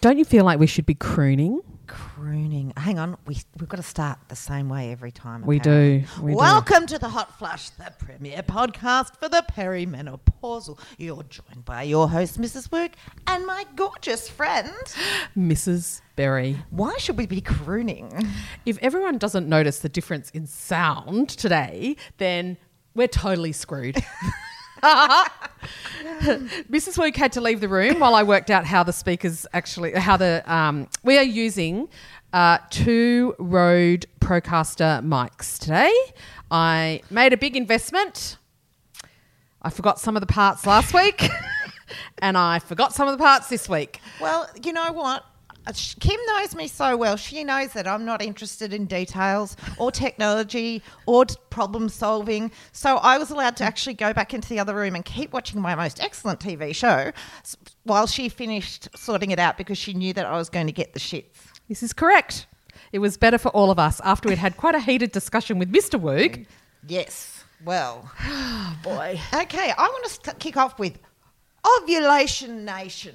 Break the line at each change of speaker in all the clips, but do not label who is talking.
Don't you feel like we should be crooning?
Crooning. Hang on, we, we've got to start the same way every time.
We
apparently.
do. We do.
Welcome to the Hot Flush, the premier podcast for the perimenopausal. You're joined by your host, Mrs. Work, and my gorgeous friend.
Mrs. Berry.
Why should we be crooning?
If everyone doesn't notice the difference in sound today, then we're totally screwed. Mrs. Wook had to leave the room while I worked out how the speakers actually, how the, um, we are using uh, two Rode Procaster mics today. I made a big investment. I forgot some of the parts last week and I forgot some of the parts this week.
Well, you know what? Uh, sh- Kim knows me so well. She knows that I'm not interested in details or technology or t- problem solving. So I was allowed to actually go back into the other room and keep watching my most excellent TV show s- while she finished sorting it out because she knew that I was going to get the shits.
This is correct. It was better for all of us after we'd had quite a heated discussion with Mr. Woog.
Yes. Well,
Oh, Boy.
okay. I want to st- kick off with Ovulation Nation.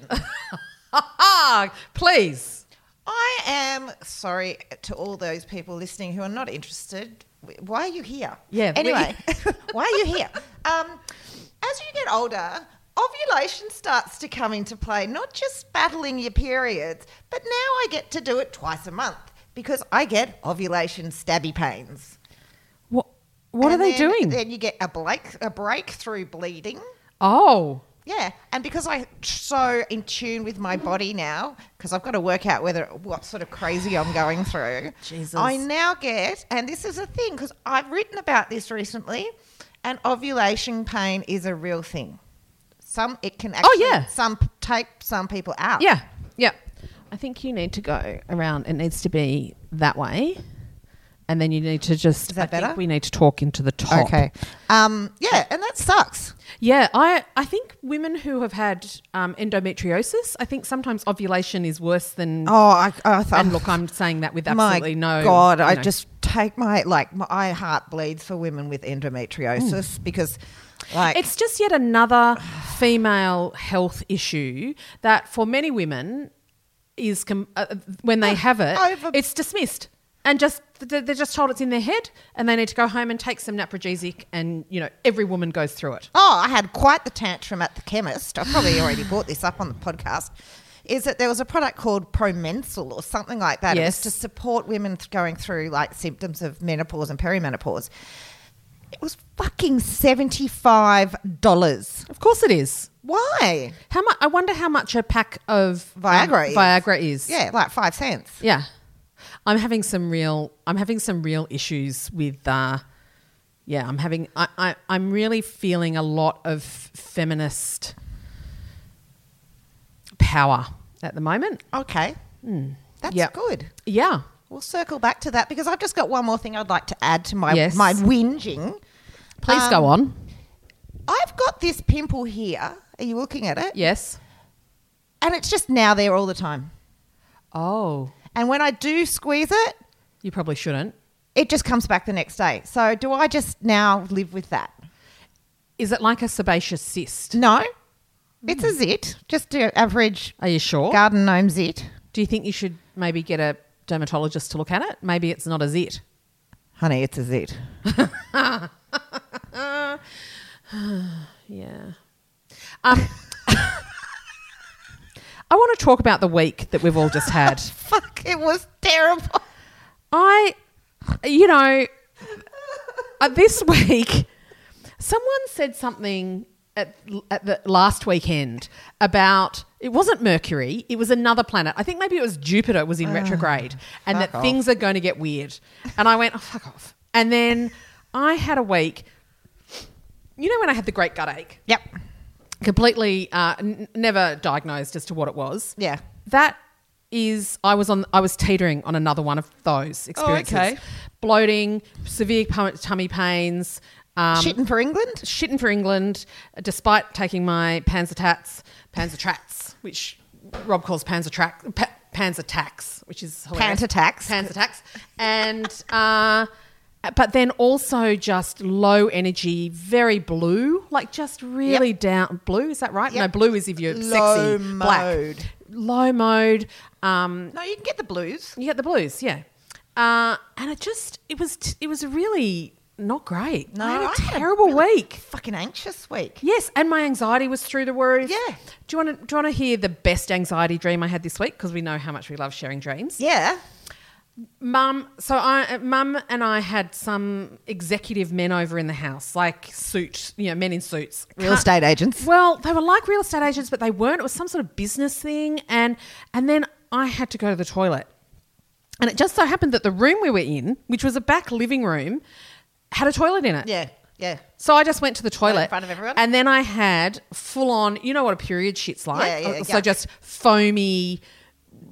Ah, please.
I am sorry to all those people listening who are not interested. Why are you here?
Yeah, we-
Anyway, why are you here? Um, as you get older, ovulation starts to come into play, not just battling your periods, but now I get to do it twice a month because I get ovulation stabby pains.
What, what are
And
they
then-
doing?
Then you get a, break, a breakthrough bleeding.
oh,
Yeah, and because I'm so in tune with my body now, because I've got to work out whether what sort of crazy I'm going through.
Jesus.
I now get, and this is a thing because I've written about this recently, and ovulation pain is a real thing. Some it can actually
Oh, yeah.
some p- take some people out.
yeah, yeah. I think you need to go around. It needs to be that way. And then you need to just.
Is that
I think
better?
we need to talk into the top.
Okay. Um, yeah, and that sucks.
Yeah, I, I think women who have had um, endometriosis, I think sometimes ovulation is worse than.
Oh, I, I thought.
and look, I'm saying that with absolutely
my
no.
God,
you
I
know.
just take my like my I heart bleeds for women with
Mm.
endometriosis because like
It's just yet another female health issue that for many women is com- uh, when they have it,
over-
it's dismissed and just th- they're just told it's in their head and they need to go home and take some naprogesic and you know every woman goes through it.
Oh, I had quite the tantrum at the chemist. I probably already brought this up on the podcast. Is that there was a product called Promensal or something like that?
Yes.
It was to support women th- going through like symptoms of menopause and perimenopause. It was fucking $75.
Of course it is.
Why?
How much? I wonder how much a pack of um,
Viagra. is.
Viagra is.
Yeah, like five cents.
Yeah. I'm having some real I'm having some real issues with uh yeah, I'm having I, I I'm really feeling a lot of feminist power at the moment.
Okay.
Hmm.
That's
Yeah.
good.
Yeah.
We'll circle back to that because I've just got one more thing I'd like to add to my,
Yes.
my whinging.
Please
Um,
go on.
I've got this pimple here. Are you looking at it?
Yes.
and it's just now there all the time.
Oh,
And when I do squeeze it,
you probably shouldn't.
it just comes back the next day. So do I just now live with that?
Is it like a sebaceous cyst?
No, it's a zit, just an average
Are you sure?
garden gnome zit.
Do you think you should maybe get a dermatologist to look at it? Maybe it's not a zit.
Honey, it's a zit.
Yeah. Um, I want to talk about the week that we've all just had.
Fuck, it was terrible.
I, you know, uh, this week, someone said something at, at the last weekend about it wasn't Mercury, it was another planet. I think maybe it was Jupiter was in retrograde, and
Ah, fuck
that
off.
things are going to get weird. And I went, oh, fuck off. And then I had a week. You know when I had the great gut ache?
Yep.
completely uh, n- never diagnosed as to what it was.
Yeah.
That is I was on I was teetering on another one of those experiences.
Oh, okay.
Bloating, severe pu- tummy pains, um,
Shitting for England?
shitting for England uh, despite taking my Panzer Tats, Panzer Trats, which Rob calls Panzer Track pa- Panzer Tax, which is hilarious.
Panzer Tax.
Panzer Tax. And uh but then also just low energy, very blue, like just really down blue. Is that right? No,
Yep.
blue is if you're
Low
sexy, black.
mode.
low mode. Um,
No, you can get the blues.
you get the blues, yeah. Uh, and it just it was t- it was really not great.
No,
I had a
I had a
terrible
really-
week.
Fucking anxious week.
Yes, and my anxiety was through the roof.
Yeah.
Do you want to do you want to hear the best anxiety dream I had this week? Because we know how much we love sharing dreams.
Yeah.
Mum, so I, Mum and I had some executive men over in the house, like suits, you know, men in suits,
Real estate agents.
Well, they were like real estate agents, but they weren't. It was some sort of business thing, and and then I had to go to the toilet, and it just so happened that the room we were in, which was a back living room, had a toilet in it.
Yeah. Yeah.
So I just went to the toilet
in front of everyone?
and then I had full on. You know what a period shit's like.
Yeah, yeah,
so
yuck.
just foamy,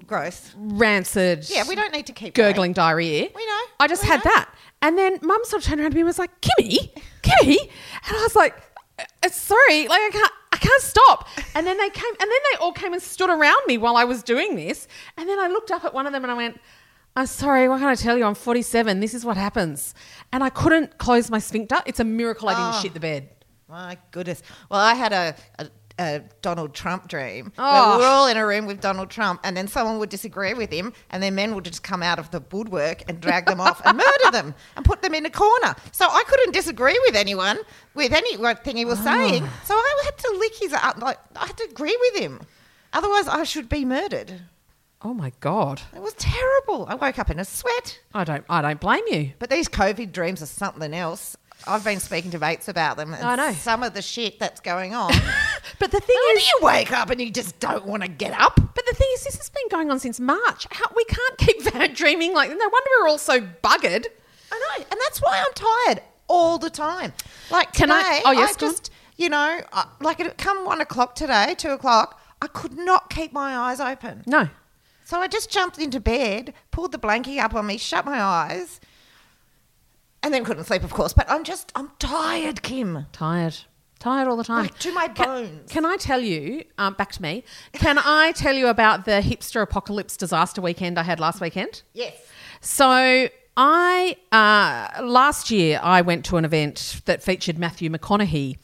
Gross.
rancid.
Yeah, we don't need to keep
gurgling diarrhea.
We know,
I just
we
had
know.
that, and then Mum sort of turned around to me and was like, "Kimmy, Kimmy," and I was like, "Uh, "Sorry, like I can't." I can't stop. And then they came, and then they all came and stood around me while I was doing this. And then I looked up at one of them and I went, I'm sorry, what can I tell you? I'm 47. This is what happens. And I couldn't close my sphincter. It's a miracle I didn't
Oh.
shit the bed.
My goodness. Well, I had a, a, a Donald Trump dream.
Oh.
Where we're all in a room with Donald Trump, and then someone would disagree with him, and then men would just come out of the woodwork and drag them off and murder them and put them in a corner. So I couldn't disagree with anyone with anything he was
Oh.
saying. So I had to lick his up. Like, I had to agree with him. Otherwise, I should be murdered.
Oh my god.
It was terrible. I woke up in a sweat.
I don't I don't blame you.
But these COVID dreams are something else. I've been speaking to mates about them. And
I know.
Some of the shit that's going on.
But the thing
When
is
you wake up and you just don't want to get up?
But the thing is this has been going on since March. How, we can't keep van dreaming like no wonder we're all so buggered.
I know, and that's why I'm tired all the time. Like
Can I-
today,
oh, yes, go on.
just you know, I, like it come one o'clock today, two o'clock, I could not keep my eyes open.
No.
So I just jumped into bed, pulled the blanket up on me, shut my eyes, and then couldn't sleep, of course. But I'm just, I'm tired, Kim.
Tired. Tired all the time.
Like, to my
Ca-
bones.
Can, I tell you, um, back to me, can I tell you about the hipster apocalypse disaster weekend I had last weekend?
Yes.
So I uh, last year I went to an event that featured Matthew McConaughey,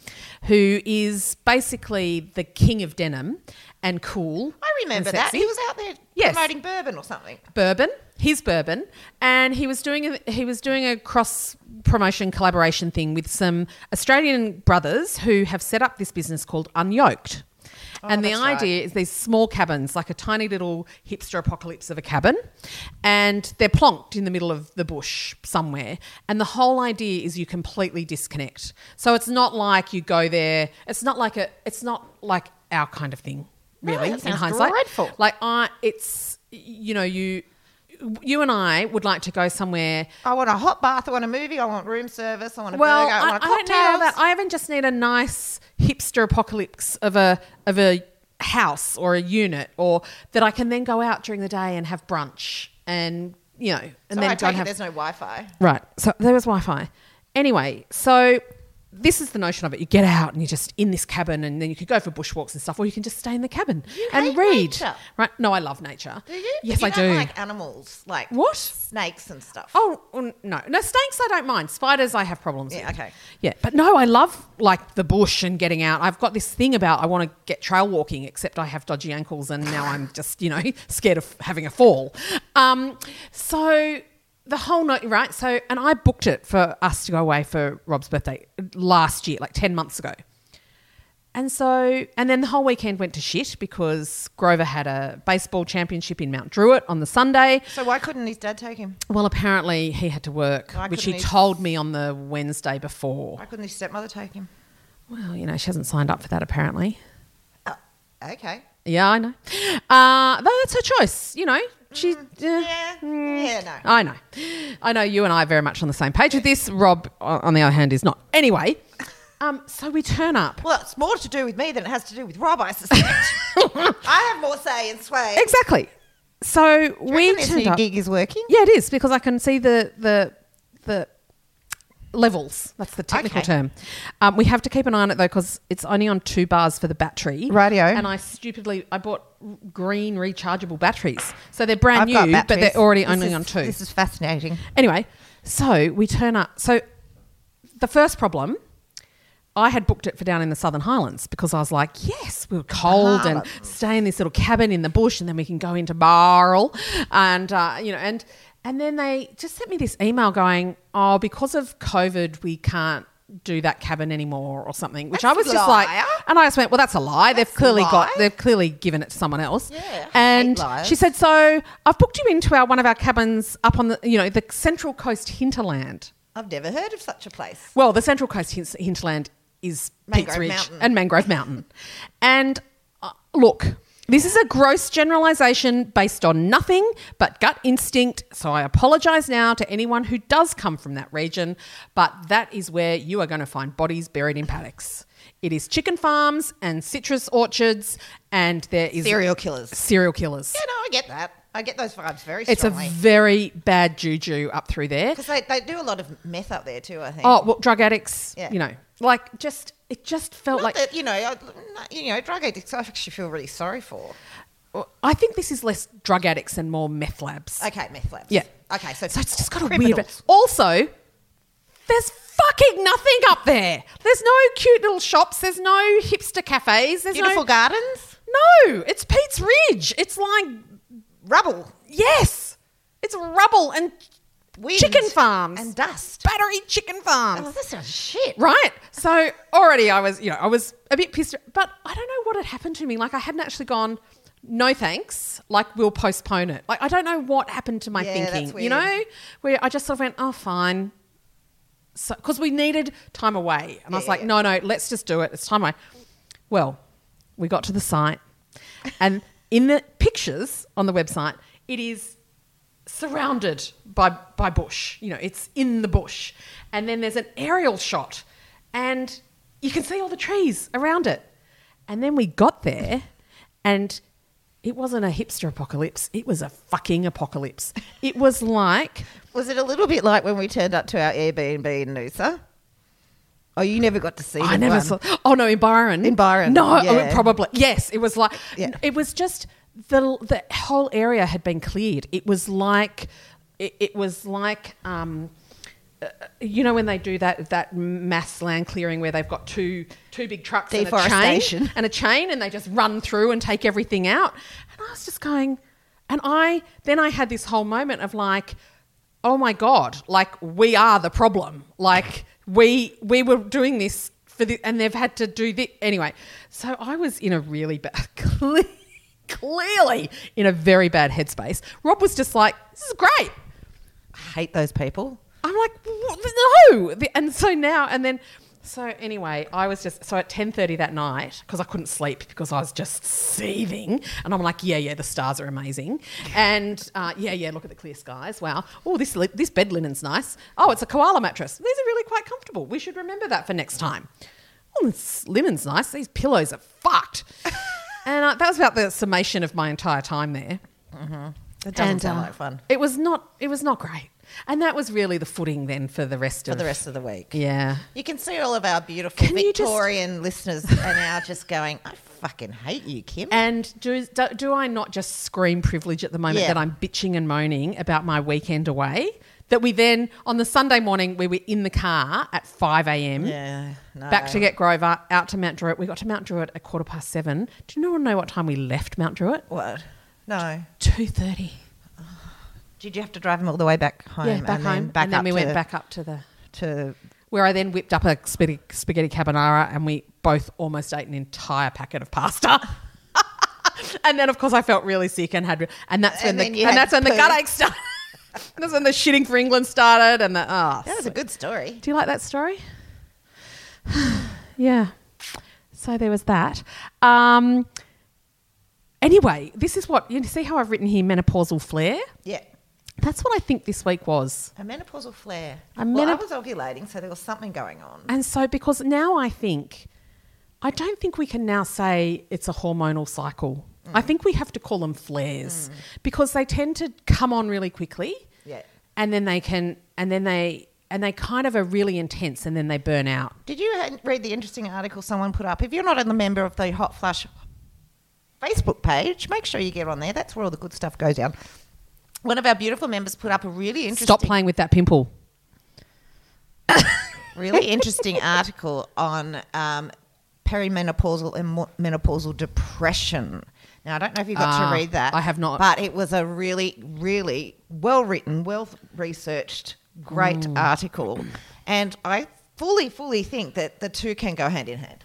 who is basically the king of denim and cool.
I remember
and
that.
sexy.
He was out there
Yes.
promoting bourbon or something.
bourbon. He's bourbon, and he was doing a, he was doing a cross promotion collaboration thing with some Australian brothers who have set up this business called Unyoked. and the
Oh, that's right.
idea is these small cabins, like a tiny little hipster apocalypse of a cabin, and they're plonked in the middle of the bush somewhere. And the whole idea is you completely disconnect. So it's not like you go there. It's not like a. It's not like our kind of thing,
No,
really.
that
in
sounds
hindsight,
dreadful.
like I, it's you know you, you and I would like to go somewhere.
I want a hot bath. I want a movie. I want room service. I want a
Well,
burger. I,
I,
want a
I don't
cocktail.
need all that. I even just need a nice hipster apocalypse of a of a house or a unit, or that I can then go out during the day and have brunch, and you know, and
so
then
I
go
take
and
it
have
there's no Wi-Fi.
Right. So there was Wi Fi. Anyway, so this is the notion of it. You get out and you're just in this cabin, and then you could go for bushwalks and stuff, or you can just stay in the cabin and
hate
read.
nature.
Right. No, I love nature.
Do you?
Yes,
you
I
don't
do.
Like animals, like
What?
Snakes and stuff.
Oh oh, no, no snakes I don't mind. Spiders I have problems.
Yeah,
with.
okay.
Yeah, but no, I love like the bush and getting out. I've got this thing about I want to get trail walking, except I have dodgy ankles and now I'm just you know scared of having a fall. Um, so the whole night, right? So and I booked it for us to go away for Rob's birthday last year, like ten months ago. And so, and then the whole weekend went to shit because Grover had a baseball championship in Mount Druitt on the Sunday.
So why couldn't his dad take him?
Well, apparently he had to work,
Why
which he
couldn't he-
told me on the Wednesday before.
Why couldn't his stepmother take him?
Well, you know, she hasn't signed up for that apparently.
Oh, okay.
Yeah, I know. Uh, but that's her choice, you know. She, eh.
Mm, Yeah. Yeah. No.
I know. I know you and I are very much on the same page with this. Rob, o- on the other hand, is not. Anyway, um, so we turn up.
Well, it's more to do with me than it has to do with Rob, I suspect. I have more say and sway.
Exactly. So we
Reckon this
turned
new
up.
gig is working.
Yeah, it is because I can see the the the levels. That's the technical
Okay.
term. Um, we have to keep an eye on it though because it's only on two bars for the battery.
Rightio.
And I stupidly I bought r- green rechargeable batteries, so they're brand
got
new, but
batteries.
they're already
This
only
is-
on two.
This is fascinating.
Anyway, so we turn up. So the first problem I had booked it for down in the Southern Highlands because I was like, yes, we're cold and stay in this little cabin in the bush, and then we can go into Barl, and uh, you know, and and then they just sent me this email going, oh, because of COVID, we can't do that cabin anymore or something, which
That's
I was
a
just
liar.
like, and I just went, well, that's a lie.
That's
they've clearly
a
got,
lie.
they've clearly given it to someone else.
Yeah, hate
and
liars.
she said, so I've booked you into our one of our cabins up on the, you know, the Central Coast hinterland.
I've never heard of such a place.
Well, the Central Coast hin- hinterland is Pete's
Mangrove
Ridge
Mountain.
and Mangrove Mountain. And uh, look, this is a gross generalization based on nothing but gut instinct. So I apologize now to anyone who does come from that region, but that is where you are going to find bodies buried in paddocks. It is chicken farms and citrus orchards, and there is
Serial killers.
serial killers.
Yeah, no, I get that. I get those vibes very
it's a
strongly.
very bad juju up through there.
Because they, they do a lot of meth up there too, I think.
Oh, well, drug addicts,
Yeah.
you know, like just, it just felt
Not
like.
that, you know, I, not- you know, drug addicts. I actually feel really sorry for.
Well, I think this is less drug addicts and more meth labs.
Okay, meth labs.
Yeah.
Okay, so,
So it's just got a weird.
criminals.
Also, there's fucking nothing up there. There's no cute little shops. There's no hipster cafes. There's
beautiful
no.
gardens,
no, it's Pete's Ridge. It's like
rubble,
yes, it's rubble and
wind,
chicken farms
and dust.
battery chicken farms.
Oh, that sounds shit.
Right. So already I was, you know, I was a bit pissed, but I don't know what had happened to me. Like I hadn't actually gone, no thanks. Like we'll postpone it. Like I don't know what happened to my
Yeah, that's
thinking. You
weird.
know, where I just sort of went, oh fine. So because we needed time away, and I
Yeah,
was
yeah,
like,
yeah.
no, no, let's just do it. It's time away. Well, we got to the site, and in the pictures on the website, it is surrounded by by bush. You know, it's in the bush, and then there's an aerial shot, and you can see all the trees around it. And then we got there, and it wasn't a hipster apocalypse. It was a fucking apocalypse. It was like
Was it a little bit like when we turned up to our Airbnb in Noosa? Oh, you never got to see.
I
the
never
one.
saw. Oh no, in Byron.
In Byron,
No, oh,
yeah.
probably yes. It was like
Yeah.
it was just the the whole area had been cleared. It was like it, it was like um, uh, you know when they do that that mass land clearing where they've got two two big trucks and a chain
Deforestation.
and a chain and they just run through and take everything out. And I was just going, and I then I had this whole moment of like, oh my god, like we are the problem. Like we we were doing this for the and they've had to do this anyway. So I was in a really bad. cle- Clearly, in a very bad headspace. Rob was just like, "This is great.
Hate those people.
I'm like, "What? no. The- And so now, and then, so anyway, I was just, so at 10.30 that night, because I couldn't sleep because I was just seething. And I'm like, yeah, yeah, the stars are amazing. And uh, yeah, yeah, look at the clear skies. Wow. Oh, this, li- this bed linen's nice. Oh, it's a koala mattress. These are really quite comfortable. We should remember that for next time. Oh, this linen's nice. These pillows are fucked. and uh, that was about the summation of my entire time there.
That doesn't
And,
sound
uh,
like fun
It was not. It was not great. And that was really the footing then for the rest
for
of
the rest of the week.
Yeah.
You can see all of our beautiful
Can you just-
Victorian listeners are now just going, I fucking hate you, Kim.
And do, do do I not just scream privilege at the moment
Yeah.
that I'm bitching and moaning about my weekend away? That we then on the Sunday morning we were in the car at five a.m.
yeah. No.
Back to get Grover, out to Mount Druitt. We got to Mount Druitt at quarter past seven. Do you know know what time we left Mount Druitt?
What? No.
Two thirty.
Did you have to drive him all the way back home?
Yeah, back
and
home,
Then back
and then
up
we
to,
went back up to the
to.
where I then whipped up a spaghetti, spaghetti carbonara and we both almost ate an entire packet of pasta. and then, of course, I felt really sick and had, and that's
And
when
then
the
you
and
had
that's when the
poo.
gut ache started. that's when the shitting for England started, and the ah.
That was a good story.
Do you like that story? yeah. So there was that. Um, anyway, this is what you see how I've written here: menopausal flare.
Yeah.
That's what I think this week was.
A menopausal flare.
A
well, I
menop-
was ovulating, so there was something going on.
And so, because now I think, I don't think we can now say it's a hormonal cycle. I think we have to call them flares because they tend to come on really quickly.
Mm. Yeah.
And then they can, and then they, and they kind of are really intense and then they burn out.
Did you ha- read the interesting article someone put up? If you're not a member of the Hot Flush Facebook page, make sure you get on there. That's where all the good stuff goes down. One of our beautiful members put up a really interesting.
Stop playing with that pimple.
really interesting article on um, perimenopausal and mo- menopausal depression. Now, I don't know if you got
Ah,
to read that.
I have not.
But it was a really, really well written, well researched, great
Mm.
article. And I fully, fully think that the two can go hand in hand.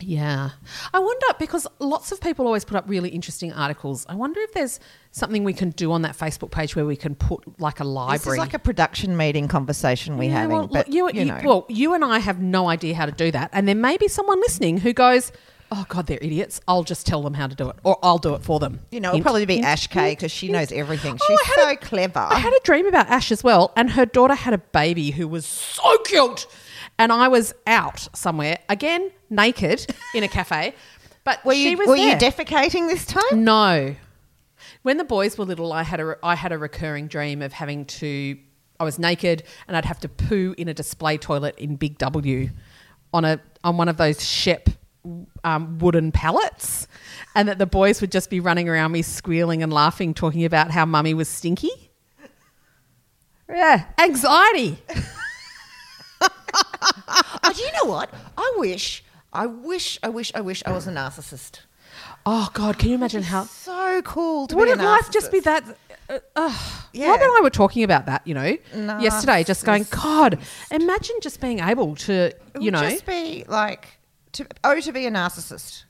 Yeah. I wonder because lots of people always put up really interesting articles. I wonder if there's something we can do on that Facebook page where we can put like a library.
This is like a production meeting conversation we're
Yeah,
having.
well,
but
look, you,
you
you-
know.
well, you and I have no idea how to do that. And there may be someone listening who goes, Oh, God, they're idiots. I'll just tell them how to do it or I'll do it for them.
You know,
Hint,
it'll probably be
hint,
Ash K
hint,
because she
hint.
knows everything.
Oh,
She's
I had
so
a-
clever.
I had a dream about Ash as well, and her daughter had a baby who was so cute. And I was out somewhere, again, naked in a cafe. But
were
she
you,
was
were
there.
you defecating this time?
No. When the boys were little, I had a I had a recurring dream of having to. I was naked and I'd have to poo in a display toilet in Big W, on a on one of those Shep um, wooden pallets, and that the boys would just be running around me squealing and laughing, talking about how mummy was stinky. Yeah, anxiety.
Oh, do you know what? I wish, I wish, I wish, I wish I was a narcissist.
Oh God, can you imagine how?
So cool to
Wouldn't
be a narcissist.
life just be that? Uh, ugh.
Yeah.
Rob and I were talking about that, you know, yesterday, just going,
Narcissist.
God, imagine just being able to,
It
you
would
know.
just be like to oh to be a narcissist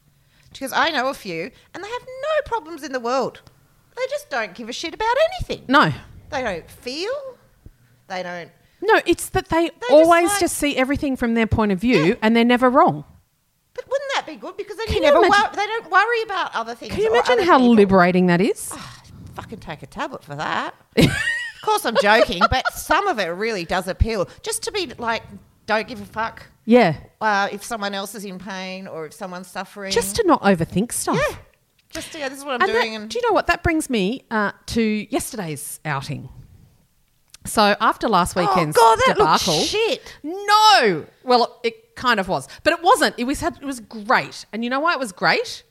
because I know a few and they have no problems in the world. They just don't give a shit about anything.
No,
They don't feel. They don't.
no, it's that they
just
always just,
like-
see everything from their point of view and they're never wrong.
But wouldn't that be good? Because then
Can
you
you
never
imagine-
wor- they don't worry about other things.
Can you
or
imagine
other
how
people.
liberating that is?
Fucking take a tablet for that. of course, I'm joking, but some of it really does appeal. Just to be like, don't give a fuck
Yeah.
uh, if someone else is in pain or if someone's suffering.
Just to not overthink stuff.
yeah, just to, yeah, this is what I'm
And that-
doing. and
do you know what? That brings me uh, to yesterday's outing. So after last weekend's
oh god, that
debacle,
looks shit.
No. Well, it kind of was, but it wasn't. It was it was great, and you know why it was great?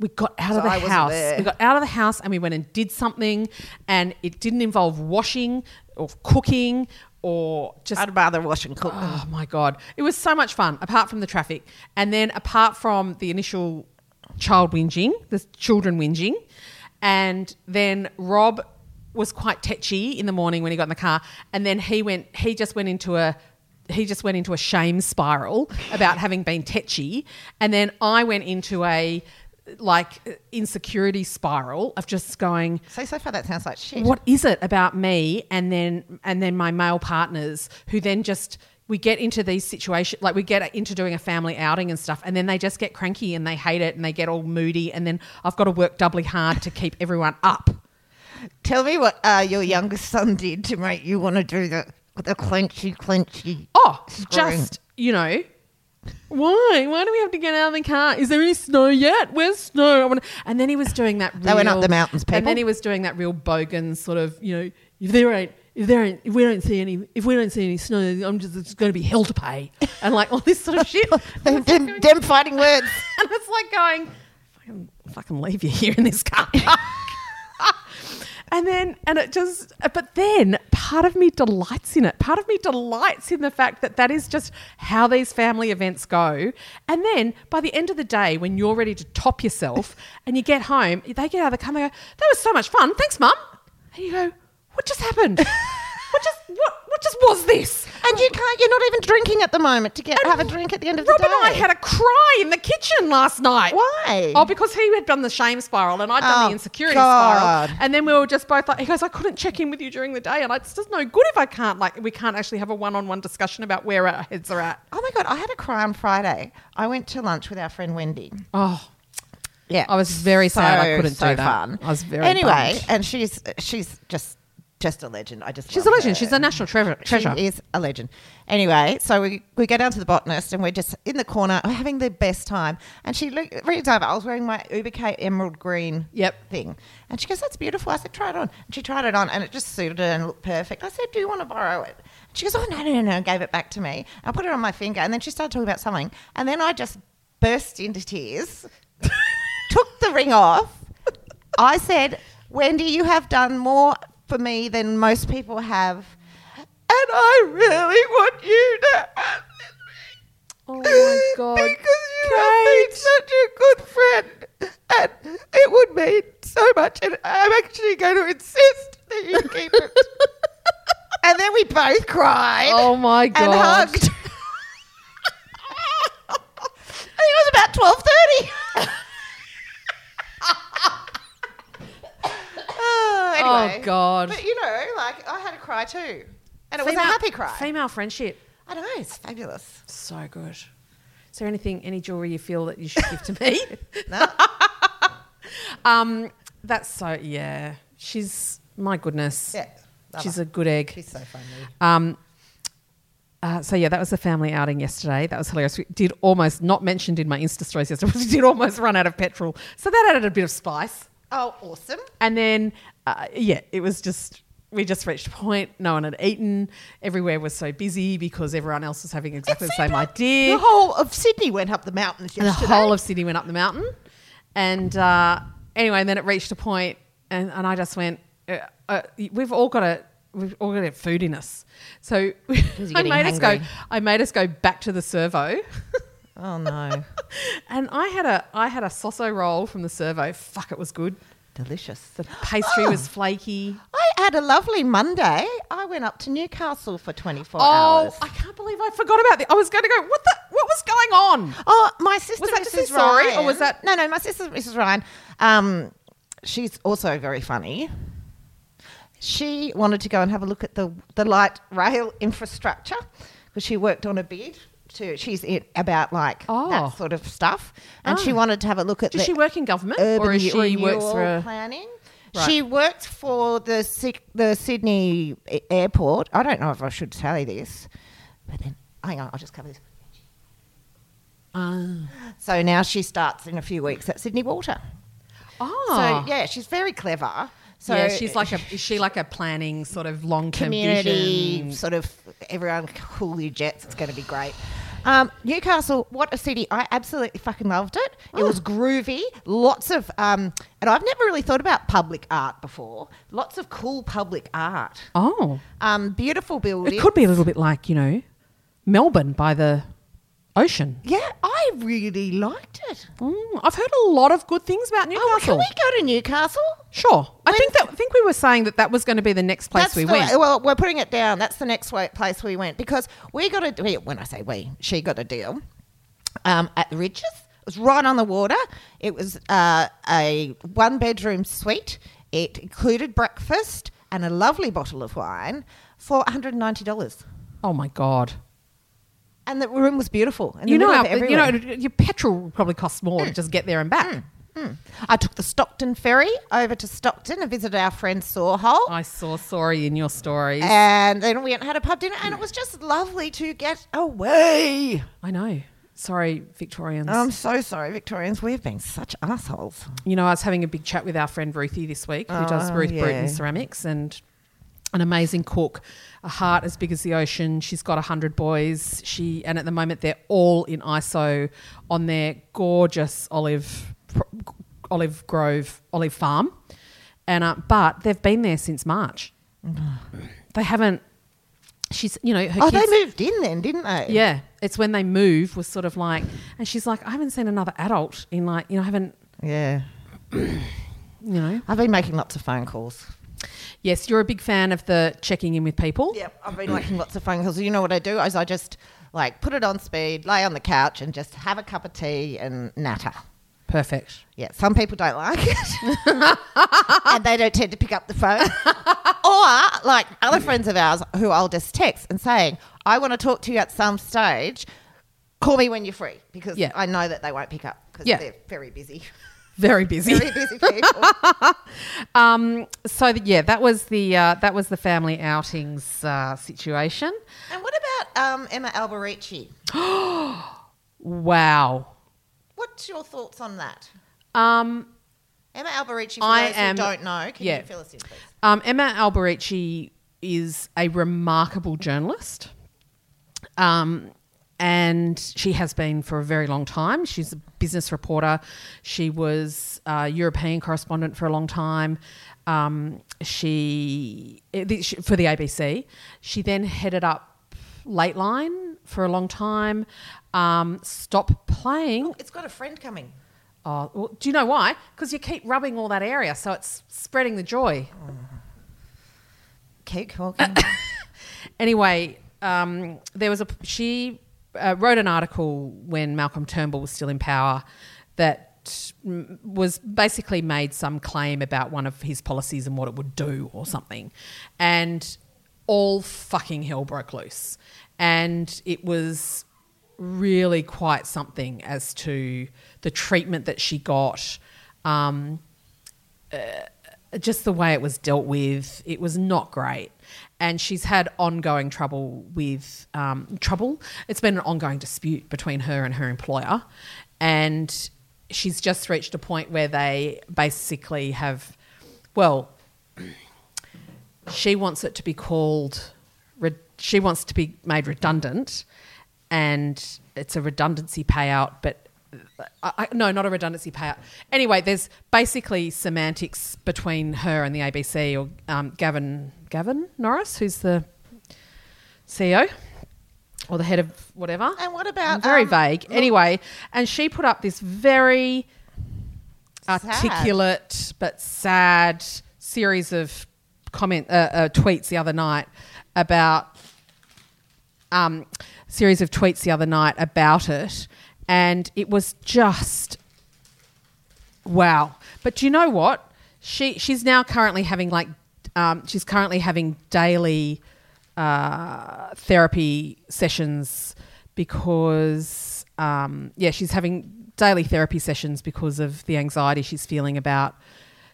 We got out
So
of the
I wasn't
house.
there.
We got out of the house, and we went and did something, and it didn't involve washing or cooking or just.
I'd rather wash and cook.
Oh my god, it was so much fun. Apart from the traffic, and then apart from the initial child whinging, the children whinging, and then Rob was quite tetchy in the morning when he got in the car, and then he went. He just went into a. He just went into a shame spiral about having been tetchy, and then I went into a like insecurity spiral of just going.
So so far that sounds like shit.
What is it about me and then and then my male partners who then just we get into these situations like we get into doing a family outing and stuff and then they just get cranky and they hate it and they get all moody and then I've got to work doubly hard to keep everyone up.
Tell me what uh, your youngest son did to make you want to do the the clenchy clenchy.
Oh,
Screw.
just you know. Why? Why do we have to get out of the car? Is there any snow yet? Where's snow? I wanna... And then he was doing that. Real,
They went up the mountains,
And
people.
then he was doing that real bogan sort of, you know, if there ain't, if there ain't, if we don't see any, if we don't see any snow, I'm just it's going to be hell to pay, and like all this sort of shit.
them, them, them fighting words.
And it's like going, fucking, fucking leave you here in this car. and then, and it just, but then part of me delights in it. Part of me delights in the fact that that is just how these family events go. And then by the end of the day, when you're ready to top yourself and you get home, they get out of the car and they go, that was so much fun. Thanks, mum. And you go, what just happened? what just, what, what just was this?
And you can't. You're not even drinking at the moment to get
And
have a drink at the end of
Rob
the day.
and I had a cry in the kitchen last night.
Why?
Oh, because he had done the shame spiral and I'd done
Oh,
the insecurity
God.
spiral. And then we were just both like, he goes, I couldn't check in with you during the day. And I- it's just no good if I can't, like, we can't actually have a one on one discussion about where our heads are at.
oh my god, I had a cry on Friday. I went to lunch with our friend Wendy.
Oh,
Yeah,
I was very sad I couldn't
so
do that.
Fun.
I was very
anyway,
bummed.
and she's she's just just a legend. I just
she's a
love
legend.
her.
She's a national treasure. treasure.
She is a legend. Anyway, so we, we go down to the botanist and we're just in the corner we're having the best time. And she look, reads over. I was wearing my Uber K emerald green
Yep.
thing. And she goes, That's beautiful. I said, Try it on. And she tried it on and it just suited her and looked perfect. I said, Do you want to borrow it? And she goes, Oh, no, no, no, no. And gave it back to me. I put it on my finger. And then she started talking about something. And then I just burst into tears, took the ring off. I said, Wendy, you have done more for me than most people have. I really want you to have this ring.
Oh my God.
Because you have been such a good friend. And it would mean so much. And I'm actually going to insist that you keep it. and then we both cried.
Oh my God.
And hugged. and it was about 12.30. oh, anyway.
Oh, God.
But, you know, like, I had a cry too. And it was a
Female-
happy cry.
Female friendship.
I know, it's fabulous.
So good. Is there anything, any jewelry you feel that you should give to me?
No?
Um, that's so yeah. She's my goodness.
yeah. love
She's
her.
a good egg.
She's so funny.
Um, uh, so yeah, that was the family outing yesterday. That was hilarious. We did almost not mentioned in my Insta stories yesterday. We did almost run out of petrol, so that added a bit of spice.
Oh, awesome.
And then uh, yeah, it was just we just reached a point. No one had eaten. Everywhere was so busy because everyone else was having exactly the same idea.
The whole of Sydney went up the mountains
And the
yesterday.
whole of Sydney went up the mountain. And uh, anyway, and then it reached a point, and, and I just went, uh, uh, "We've all got a, we've all got to have food in us." So
you're
I
getting
made us go.
hungry.
I made us go back to the servo,
oh, no.
and I had a, I had a soso roll from the servo. Fuck, it was good.
Delicious.
The pastry was flaky.
Oh, I had a lovely Monday. I went up to Newcastle for 24
Oh,
hours.
I can't believe I forgot about that. I was going to go. What the? What was going on?
Oh, my sister
Was that
Mrs.
Mrs. Sorry, or
Ryan-
was that-
no, no? My sister Mrs. Ryan. Um, she's also very funny. She wanted to go and have a look at the the light rail infrastructure because she worked on a bid. To she's in about like
Oh.
that sort of stuff, and she
Oh.
wanted to have a look at.
Does
the
she work in government,
urban
or is
re-
she works
renewal
for? A,
planning.
Right.
She worked for the Sy- the Sydney a- airport. I don't know if I should tell you this, but then hang on, I'll just cover this. So now she starts in a few weeks at Sydney Water. Ah.
oh,
So yeah, she's very clever. So
yeah, she's like a is she like a planning sort of long term
community
vision?
sort of everyone cool your jets. It's going to be great. Um, Newcastle, what a city! I absolutely fucking loved it.
Ah.
It was groovy. Lots of um, and I've never really thought about public art before. Lots of cool public art.
Oh,
Um, beautiful building.
it could be a little bit like you know Melbourne by the ocean.
Yeah, I really liked it.
Mm, I've heard a lot of good things about
Oh,
Newcastle.
can we go to Newcastle?
sure, I think that I think we were saying that that was going to be the next place
That's
we
the-
went.
Well, we're putting it down. That's the next way, place we went because we got a deal. When I say we, she got a deal um, at the Ridges. It was right on the water. It was uh, a one bedroom suite. It included breakfast and a lovely bottle of wine for $190.
oh my god!
And the room was beautiful. And
You know,
how,
our, you know, your petrol probably costs more to just get there and back.
Hmm. I took the Stockton ferry over to Stockton and visited our friend Sawhole.
I saw sorry in your stories.
and then we went and had a pub dinner, and it was just lovely to get away.
I know. Sorry, Victorians.
I'm so sorry, Victorians. We've been such assholes.
you know, I was having a big chat with our friend Ruthie this week, who does
Oh,
Ruth
yeah.
Bruton ceramics and an amazing cook, a heart as big as the ocean. She's got hundred boys. She and at the moment they're all in ISO on their gorgeous olive pro- olive grove olive farm, and uh, but they've been there since March. they haven't. She's you know her
Oh,
kids.
they moved in then, didn't they?
Yeah, it's when they move was sort of like, and she's like, I haven't seen another adult in like, you know, I haven't,
Yeah.
you know.
I've been making lots of phone calls.
Yes, you're a big fan of the checking in with people.
Yep, I've been making lots of phone calls. You know what I do is I just like put it on speed, lay on the couch, and just have a cup of tea and natter.
Perfect.
Yeah, some people don't like it, and they don't tend to pick up the phone. or like other friends of ours who I'll just text and saying, "I want to talk to you at some stage. Call me when you're free," because
Yeah.
I know that they won't pick up because
Yeah.
they're very busy.
Very busy.
Very busy people.
Um, so th- yeah, that was the uh, that was the family outings uh, situation.
and what about um, Emma Alberici?
Wow.
What's your thoughts on that?
Um,
Emma Alberici, for
I
those
am-
who don't know, can
yeah.
you fill us in, please?
um, Emma Alberici is a remarkable journalist. Um, and she has been for a very long time. She's a business reporter. She was uh, European correspondent for a long time. Um, she, it- the- she for the ABC. She then headed up Late Line for a long time. Um, stop playing.
It's got a friend coming.
Oh, well, do you know why? Because you keep rubbing all that area, so it's spreading the joy.
Keep talking.
anyway, um, there was a she uh, wrote an article when Malcolm Turnbull was still in power that mm, was basically made some claim about one of his policies and what it would do or something, and all fucking hell broke loose, and it was really quite something as to the treatment that she got. Um, just the way it was dealt with, it was not great. And she's had ongoing trouble with um, trouble. It's been an ongoing dispute between her and her employer. And she's just reached a point where they basically have, well, she wants it to be called, re- she wants to be made redundant, and it's a redundancy payout, but uh, I, I, no, not a redundancy payout. Anyway, there's basically semantics between her and the ABC or um, Gavin Gavin Norris, who's the CEO or the head of whatever.
And what about,
I'm very
um,
vague? Anyway, and she put up this very
Sad.
articulate but sad series of comment uh, uh, tweets the other night about um, series of tweets the other night about it, and it was just wow. But do you know what? She she's now currently having like um, she's currently having daily uh, therapy sessions because um, yeah she's having daily therapy sessions because of the anxiety she's feeling about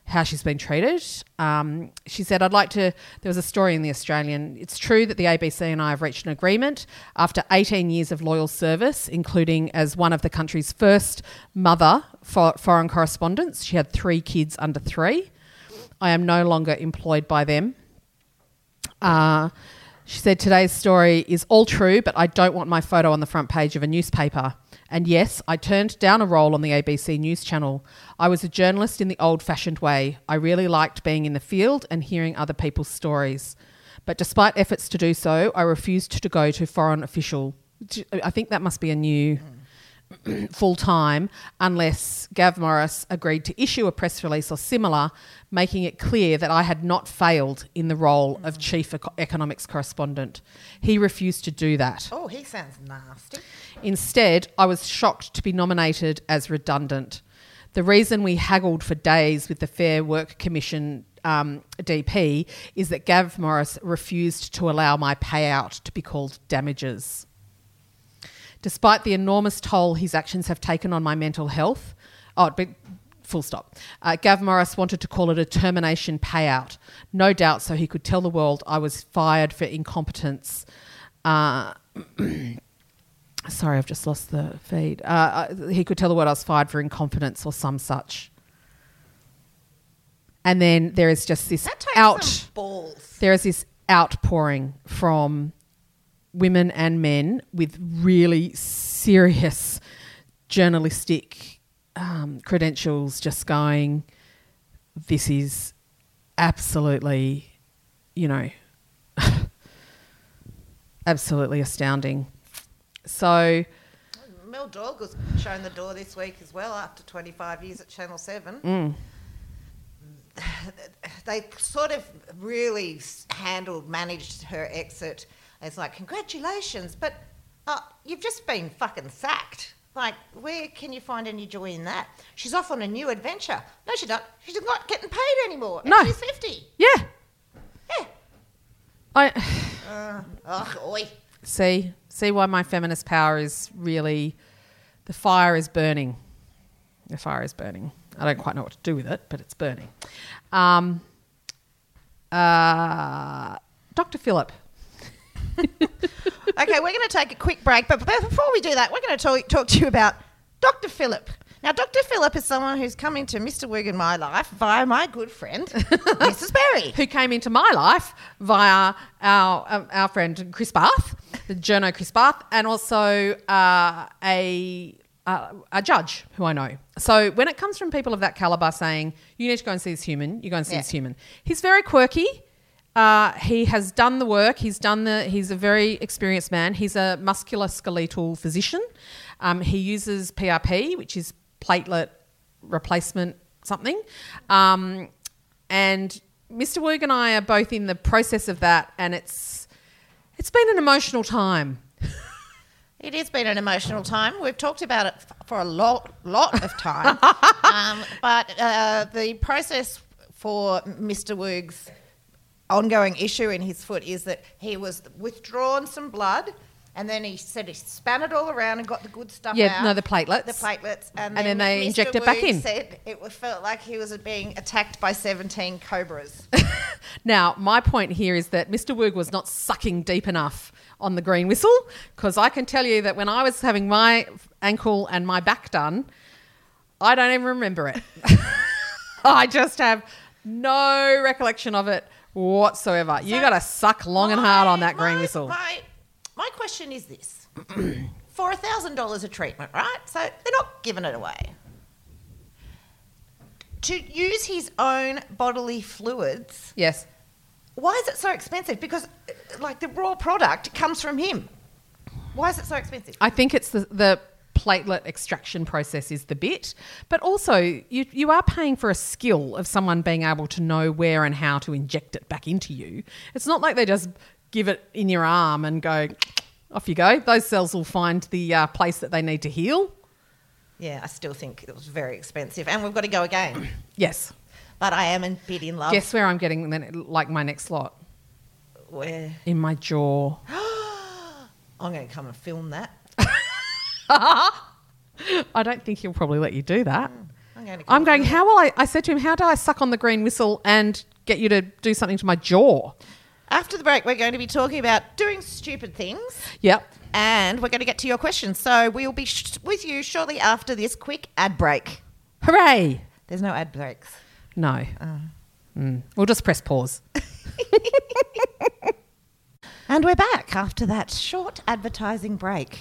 how she's been treated. Um, she said, I'd like to. There was a story in The Australian. It's true that the ABC and I have reached an agreement after 18 years of loyal service, including as one of the country's first mother for foreign correspondents. She had three kids under three. I am no longer employed by them. Uh, she said, Today's story is all true, but I don't want my photo on the front page of a newspaper. And yes, I turned down a role on the ABC News Channel. I was a journalist in the old fashioned way. I really liked being in the field and hearing other people's stories. But despite efforts to do so, I refused to go to foreign official. I think that must be a new full time unless Gav Morris agreed to issue a press release or similar, making it clear that I had not failed in the role of chief eco- economics correspondent. He refused to do that.
oh, he sounds nasty.
Instead, I was shocked to be nominated as redundant. The reason we haggled for days with the Fair Work Commission um, DP is that Gav Morris refused to allow my payout to be called damages. Despite the enormous toll his actions have taken on my mental health, oh, but full stop. Uh, Gav Morris wanted to call it a termination payout, no doubt, so he could tell the world I was fired for incompetence. Uh, sorry, I've just lost the feed. Uh, uh, he could tell the world I was fired for incompetence or some such. And then there is just this
That takes
out
some balls.
there is this outpouring from women and men with really serious journalistic um, credentials just going, this is absolutely, you know, absolutely astounding. So,
Mel Dog was shown the door this week as well after 25 years at Channel 7. They sort of really s- handled, managed her exit. It's like, congratulations, but uh, you've just been fucking sacked. Like, where can you find any joy in that? She's off on a new adventure. No, she's not. She's not getting paid anymore. and
No.
She's 50.
yeah,
Yeah.
I
Uh, oh, oi.
see see why my feminist power is really the fire is burning. The fire is burning. I don't quite know what to do with it, but it's burning. Um, uh, Dr. Philip.
okay, we're going to take a quick break, but but before we do that, we're going to talk, talk to you about Dr. Philip. Now, Dr. Philip is someone who's come into Mr. Wig in my life via my good friend, Mrs. Berry.
who came into my life via our um, our uh, friend Chris Bath, the journo Chris Bath, and also uh, a uh, a judge who I know. So when it comes from people of that caliber saying you need to go and see this human, you go and see
Yeah.
this human. He's very quirky. Uh, he has done the work. He's done the. He's a very experienced man. He's a musculoskeletal physician. Um, he uses PRP, which is platelet replacement something. Um, and Mr. Woog and I are both in the process of that, and it's it's been an emotional time.
It has been an emotional time. We've talked about it f- for a lot, lot of time. um, but uh, the process for Mr. Woog's ongoing issue in his foot is that he was withdrawn some blood, and then he said he span it all around and got the good stuff
Yeah,
out.
no, the platelets.
The platelets, and,
And then they
Mr.
inject it back
Woog
in.
Said it wa- felt like he was being attacked by seventeen cobras.
Now, my point here is that Mr. Woog was not sucking deep enough on the green whistle because I can tell you that when I was having my ankle and my back done, I don't even remember it. I just have no recollection of it whatsoever. you
So
got to suck long and hard on that green
my-
whistle.
My, my question is this: for a thousand dollars a treatment, right? So they're not giving it away. To use his own bodily fluids,
Yes.
why is it so expensive? Because, uh, like, the raw product comes from him. Why is it so expensive?
I think it's the, the platelet extraction process is the bit, but also you you are paying for a skill of someone being able to know where and how to inject it back into you. It's not like they just give it in your arm and go off you go. Those cells will find the uh, place that they need to heal.
Yeah, I still think it was very expensive, and we've got to go again.
Yes.
But I am a bit in love.
Guess where I'm getting the, like my next lot
Where
in my jaw.
I'm going to come and film that.
I don't think he'll probably let you do that.
I'm going to. Come
I'm going,
film
how will I? I said to him, how do I suck on the green whistle and get you to do something to my jaw?
After the break, we're going to be talking about doing stupid things.
Yep.
And we're going to get to your questions. So we'll be sh- with you shortly after this quick ad break.
Hooray!
There's no ad breaks.
No.
Ah.
Mm. We'll just press pause.
And we're back after that short advertising break.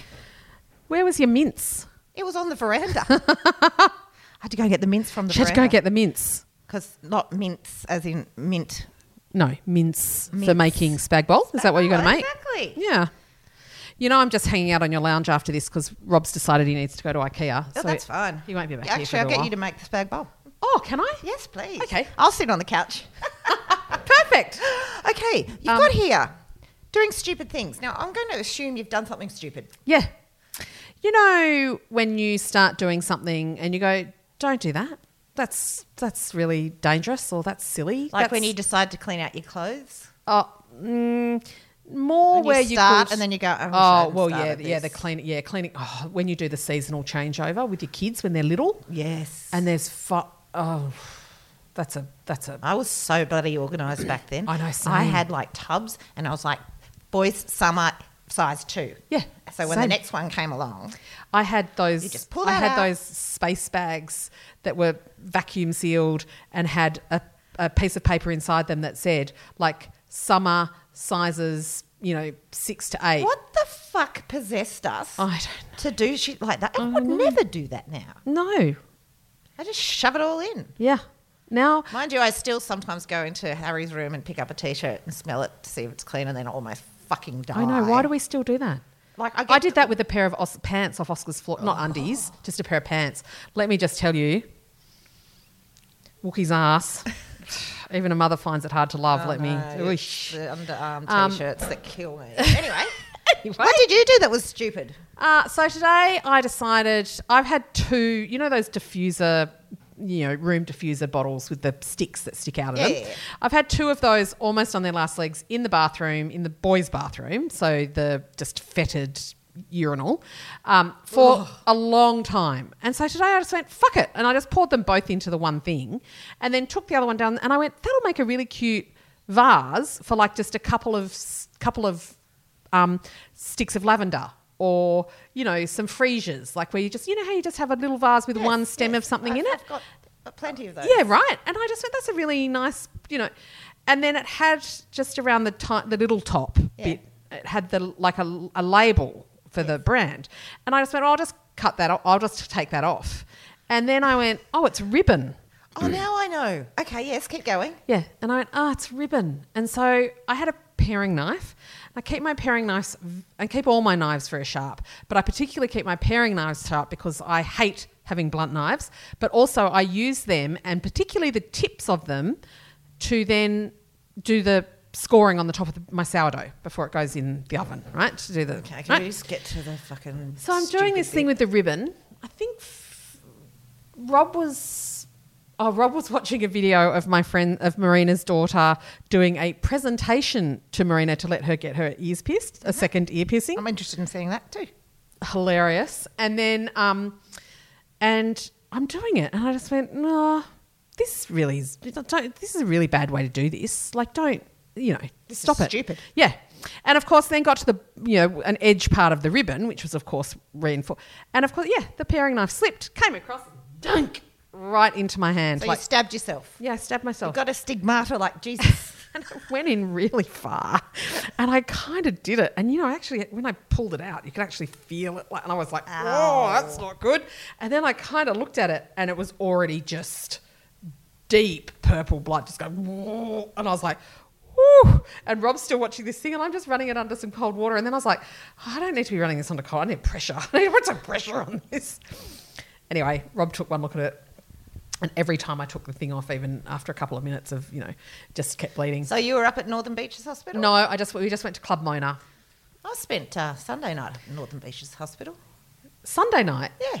Where was your mince?
It was on the veranda. I had to go get the mints from the
She had to
veranda.
go get the mince.
Because not mints as in mint.
Oh, No, mince, for
Mince.
making spag bol. Is that what you're going to make?
Oh, Exactly.
Yeah. You know, I'm just hanging out on your lounge after this because Rob's decided he needs to go to IKEA.
Oh, that's fine.
He won't be back
Yeah,
here
Actually,
for a
I'll get
while.
you to make the spag bowl.
Oh, can I?
Yes, please.
Okay.
I'll sit on the couch.
Perfect.
okay, you've
Um,
got here doing stupid things. Now, I'm going to assume you've done something stupid.
Yeah. You know, when you start doing something and you go, don't do that. That's that's really dangerous or that's silly.
Like
That's-
when you decide to clean out your clothes.
Oh, mm, more
And you
where
start
could-
and then you go, "I wish I
Oh,
hadn't
well, yeah,
started
yeah, the
this."
cleaning, yeah, cleaning. Oh, when you do the seasonal changeover with your kids when they're little,
Yes.
and there's fu- oh, that's a that's a
I was so bloody organised back then.
I know,
I
same.
had like tubs, and I was like, boys, summer size two.
Yeah,
So when
same.
the next one came along,
I had those.
You just pull
I
that
had
out.
those space bags that were vacuum sealed and had a, a piece of paper inside them that said like summer sizes, you know, six to eight.
what the fuck possessed us
I don't know.
to do shit like that? I would never do that now.
No,
I just shove it all in.
yeah. Now
Mind you, I still sometimes go into Harry's room and pick up a t-shirt and smell it to see if it's clean, and then almost fucking die.
I know. Why do we still do that?
Like I, get Oh.
I did that with a pair of os- pants off Oscar's floor, not undies, just a pair of pants. Let me just tell you, Wookie's ass. Even a mother finds it hard to love.
Oh,
let
no,
me.
it's
Oosh.
the underarm
Um,
t-shirts that kill me. Anyway, what did you do that was stupid?
Uh, so today I decided I've had two. You know those diffuser, you know, room diffuser bottles with the sticks that stick out of
Yeah,
them.
yeah, yeah.
I've had two of those almost on their last legs in the bathroom, in the boys' bathroom. So the just fetid urinal um, for a long time. And so today I just went, fuck it. And I just poured them both into the one thing and then took the other one down. And I went, that'll make a really cute vase for like just a couple of, s- couple of um, sticks of lavender. Or you know some freesias, like where you just you know how you just have a little vase with
Yes,
one stem
yes.
of something
I've-
in it.
I've got uh, plenty of those.
Yeah, right. And I just went, that's a really nice, you know. And then it had just around the ti- the little top
Yeah.
bit. it had the like a, a label for the brand, and I just went, oh, I'll just cut that. off. I'll just take that off. And then I went, oh, it's ribbon.
Oh, now I know. Okay, yes, keep going.
Yeah. And I went, oh, it's ribbon. And so I had a paring knife. I keep my paring knives, I keep all my knives very sharp, but I particularly keep my paring knives sharp because I hate having blunt knives. But also, I use them and particularly the tips of them to then do the scoring on the top of the, my sourdough before it goes in the oven, right? To do the.
Okay, can
right?
we just get to the fucking.
So I'm doing
stupid
this thing
bit?
with the ribbon. I think f- Rob was oh Rob was watching a video of my friend of Marina's daughter doing a presentation to Marina to let her get her ears pierced, a second ear piercing
I'm interested in seeing that too.
hilarious. And then, um, and I'm doing it, and I just went, nah, this really is. Don't, this is a really bad way to do this. Like, don't you know?
This
stop
is
it.
stupid.
Yeah. And of course, then got to the you know an edge part of the ribbon, which was of course reinforced. And of course, yeah, the paring knife slipped, came across, dunk right into my hand.
So
like,
you stabbed yourself.
yeah, I stabbed myself
Got a stigmata like Jesus.
and I went in really far and I kind of did it. And you know, I actually, when I pulled it out, you could actually feel it. Like, and I was like, oh, that's not good. And then I kind of looked at it and it was already just deep purple blood, just going, "Whoa," and I was like, Woo! And Rob's still watching this thing, and I'm just running it under some cold water. And then I was like, I don't need to be running this under cold. I need pressure. I need to put some pressure on this. Anyway, Rob took one look at it, and every time I took the thing off, even after a couple of minutes of you know, just kept bleeding.
so you were up at Northern Beaches Hospital?
No, I just we just went to Club Mona
I spent uh, Sunday night at Northern Beaches Hospital.
Sunday night.
Yeah,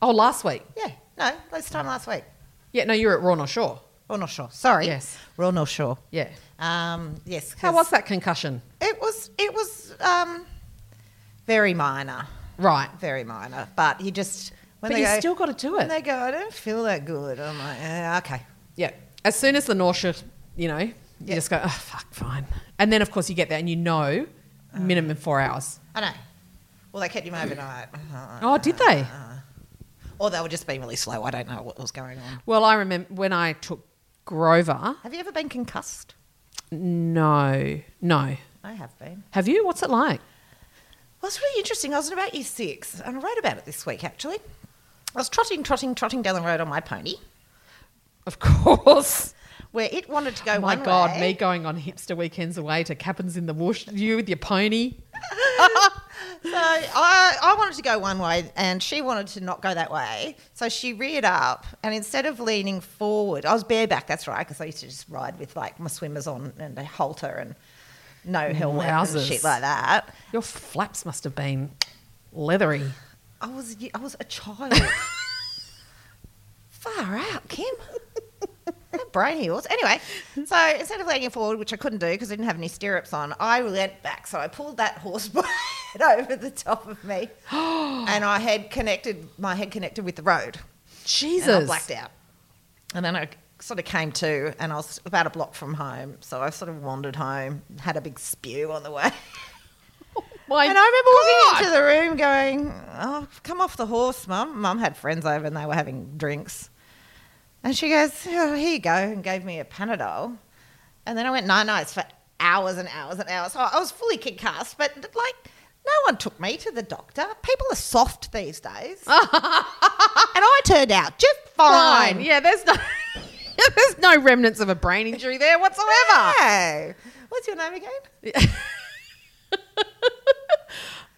Oh, last week.
yeah. No, this time last week.
Yeah, no, you were at Raw North Shore.
Royal North Shore. Sorry.
Yes.
Royal North Shore.
Yeah.
Um, yes.
How
'cause
was that concussion?
It was. It was um, very minor.
Right.
Very minor. But you just. When
But
they
you
go,
still got to do
When
it.
they go, I don't feel that good. I'm like, eh, okay.
Yeah. As soon as the nausea, you know, you
Yeah.
just go, oh, fuck, fine. And then, of course, you get there and you know, minimum four hours.
I know. Well, they kept him overnight. Uh-huh.
Oh, did they?
Or they were just being really slow. I don't know what was going on.
Well, I remember when I took Grover.
Have you ever been concussed?
No, no.
I have been.
Have you? What's it like?
Well, it's really interesting. I was in about year six, and I wrote about it this week, actually. I was trotting, trotting, trotting down the road on my pony,
Of course.
where it wanted to go
Oh my
one
God,
way.
me going on hipster weekends away to Cappen's in the Wash, you with your pony.
So I, I wanted to go one way, and she wanted to not go that way. So she reared up, and instead of leaning forward, I was bareback. That's right, because I used to just ride with like my swimmers on and a halter and no helmet and
Wowzers.
shit like that.
Your flaps must have been leathery.
I was I was a child. Far out, Kim. Her brain heals. Anyway, so instead of leaning forward, which I couldn't do because I didn't have any stirrups on, I leant back. So I pulled that horse blade over the top of me, and I had connected my head connected with the road.
Jesus.
And I blacked out. And then I sort of came to, and I was about a block from home. So I sort of wandered home, had a big spew on the way.
My
and I
God.
remember walking into the room going, Oh, come off the horse, mum. Mum had friends over and they were having drinks. And she goes, oh, Here you go, and gave me a Panadol. And then I went nine nights for hours and hours and hours. So I was fully concussed, but like, no one took me to the doctor. People are soft these days. and I turned out just fine.
fine. Yeah, there's no there's no remnants of a brain injury there whatsoever.
Hey, what's your name again?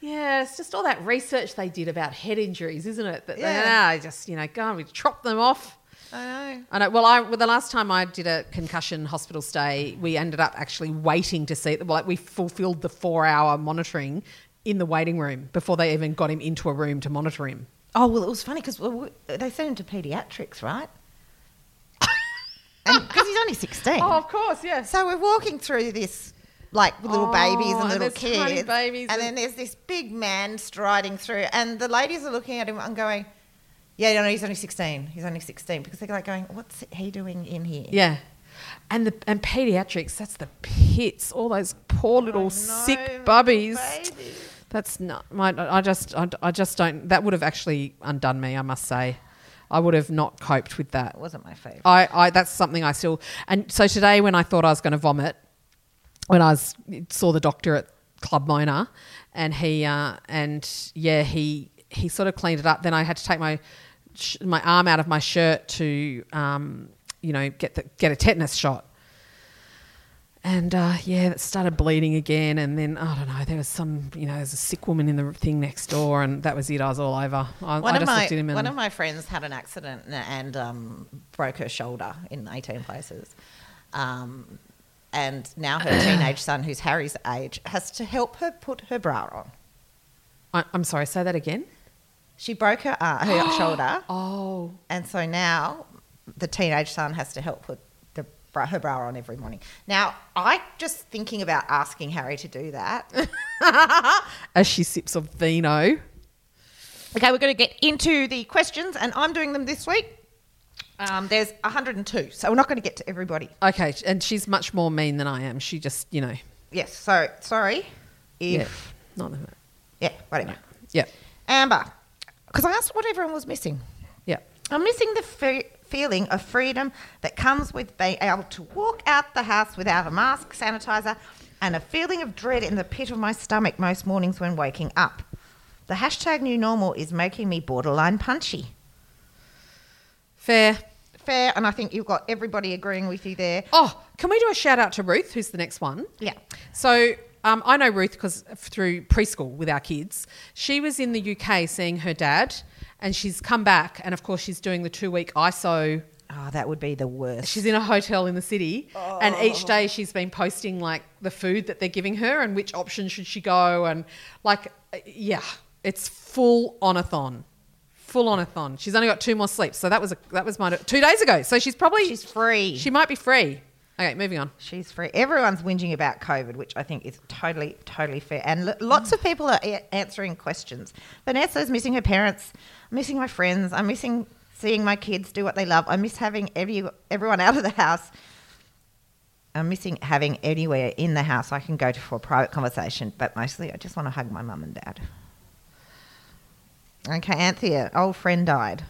Yeah, it's just all that research they did about head injuries, isn't it? That
Yeah.
yeah. they just, you know, go and we chop them off.
I know.
I know. Well, I well, the last time I did a concussion hospital stay, we ended up actually waiting to see. Well, like we fulfilled the four-hour monitoring in the waiting room before they even got him into a room to monitor him.
Oh well, it was funny because they sent him to paediatrics, right? Because he's only sixteen.
Oh, of course, yes.
So we're walking through this, like with little
Oh,
babies
and
and little
there's
kids,
tiny babies
and,
and-
then there's this big man striding through, and the ladies are looking at him and going, "Yeah, no, no, he's only sixteen. He's only sixteen because they're like going, "What's he doing in here?"
Yeah. And the and pediatrics, that's the pits. All those poor little sick bubbies. That's not my. I just I, I just don't. That would have actually undone me. I must say, I would have not coped with that.
That wasn't my favorite.
I, I that's something I still and so today when I thought I was going to vomit, when I was, saw the doctor at club miner, and he uh, and yeah, he he sort of cleaned it up. Then I had to take my sh- my arm out of my shirt to um, you know get the get a tetanus shot. And uh, yeah, it started bleeding again. And then I don't know. There was some, you know, there's a sick woman in the thing next door, and that was it. I was all over. I,
One
I
of
just
my
looked at him and
one of my friends had an accident and, and um, broke her shoulder in eighteen places, um, and now her teenage son, who's Harry's age, has to help her put her bra on.
I, I'm sorry. Say that again.
She broke her uh, her shoulder,
Oh,
and so now the teenage son has to help put the bra, her bra on every morning. Now I just thinking about asking Harry to do that.
as she sips of vino.
Okay, we're going to get into the questions, and I'm doing them this week. Um, there's 102, so we're not going to get to everybody.
Okay, sh- and she's much more mean than I am. She just, you know,
Yes, so sorry
yeah,
if
not
yeah, whatever.
yeah,
Amber, because I asked what everyone was missing.
yeah.
I'm missing the fe- feeling of freedom that comes with being able to walk out the house without a mask, sanitizer, and a feeling of dread in the pit of my stomach most mornings when waking up. The hashtag new normal is making me borderline punchy.
Fair.
Fair, and I think you've got everybody agreeing with you there.
Oh, can we do a shout out to Ruth, who's the next one?
Yeah.
So um, I know Ruth because through preschool with our kids, she was in the UK seeing her dad, and she's come back, and of course she's doing the two week ISO
Oh, that would be the worst.
She's in a hotel in the city, and each day she's been posting like the food that they're giving her and which option should she go, and like, uh, yeah, it's full on a thon, full on a thon. She's only got two more sleeps, so that was a, that was my two days ago. So she's probably
She's free.
She might be free. Okay, moving on.
She's free. Everyone's whinging about COVID, which I think is totally, totally fair. And lo- lots of people are a- answering questions. Vanessa's missing her parents, I'm missing my friends, I'm missing seeing my kids do what they love, I miss having every, everyone out of the house. I'm missing having anywhere in the house I can go to for a private conversation, but mostly I just want to hug my mum and dad. Okay, Anthea, old friend died,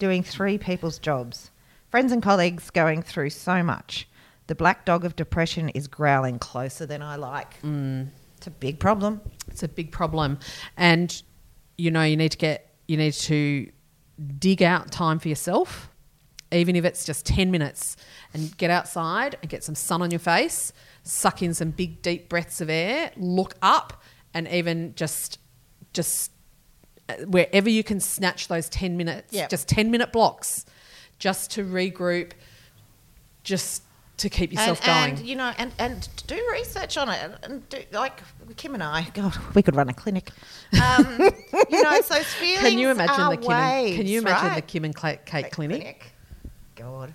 doing three people's jobs. Friends and colleagues going through so much. The black dog of depression is growling closer than I like. Mm. It's a big problem.
It's a big problem, and you know you need to get you need to dig out time for yourself, even if it's just ten minutes, and get outside and get some sun on your face, suck in some big deep breaths of air, look up, and even just just uh, wherever you can snatch those ten minutes,
Yep.
just ten minute blocks, just to regroup, just to keep yourself going.
and, you know, and, and do research on it. And, and do, like Kim and I, God, we could run a clinic. Um, you know, so feelings
can you imagine
are
the Kim? and, can
waves,
you imagine
right?
the Kim and Cla- Kate
Like
clinic?
God.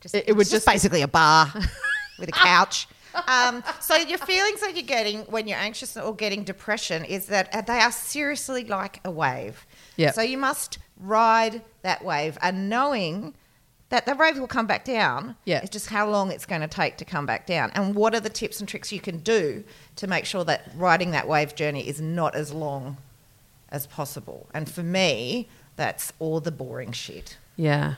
Just,
It- it would
it's just,
just-
basically a bar with a couch. Um, so your feelings that you're getting when you're anxious or getting depression is that uh, they are seriously like a wave.
Yep.
So you must ride that wave and knowing that the wave will come back down.
Yeah.
It's just how long it's going to take to come back down. And what are the tips and tricks you can do to make sure that riding that wave journey is not as long as possible? And for me, that's all the boring shit
Yeah.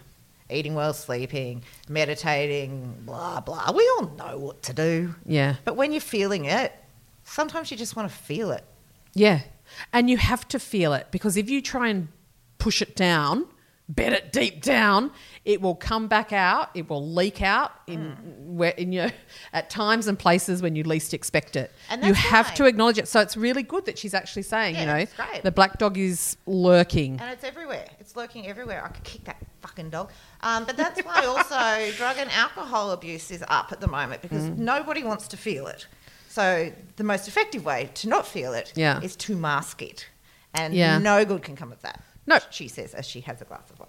eating well, sleeping, meditating, blah, blah. We all know what to do.
Yeah.
But when you're feeling it, sometimes you just want to feel it.
Yeah. And you have to feel it because if you try and push it down, bed it deep down, it will come back out. It will leak out in
Mm.
where in your at times and places when you least expect it.
And
you
that's
have
why.
to acknowledge it. So it's really good that she's actually saying,
Yeah,
you know,
it's great.
the black dog is lurking.
And it's everywhere. It's lurking everywhere. I could kick that fucking dog. Um, but that's why also drug and alcohol abuse is up at the moment because
Mm.
nobody wants to feel it. So the most effective way to not feel it is
Yeah.
to mask it. And
Yeah.
no good can come of that.
No.
She says as she has a glass of wine.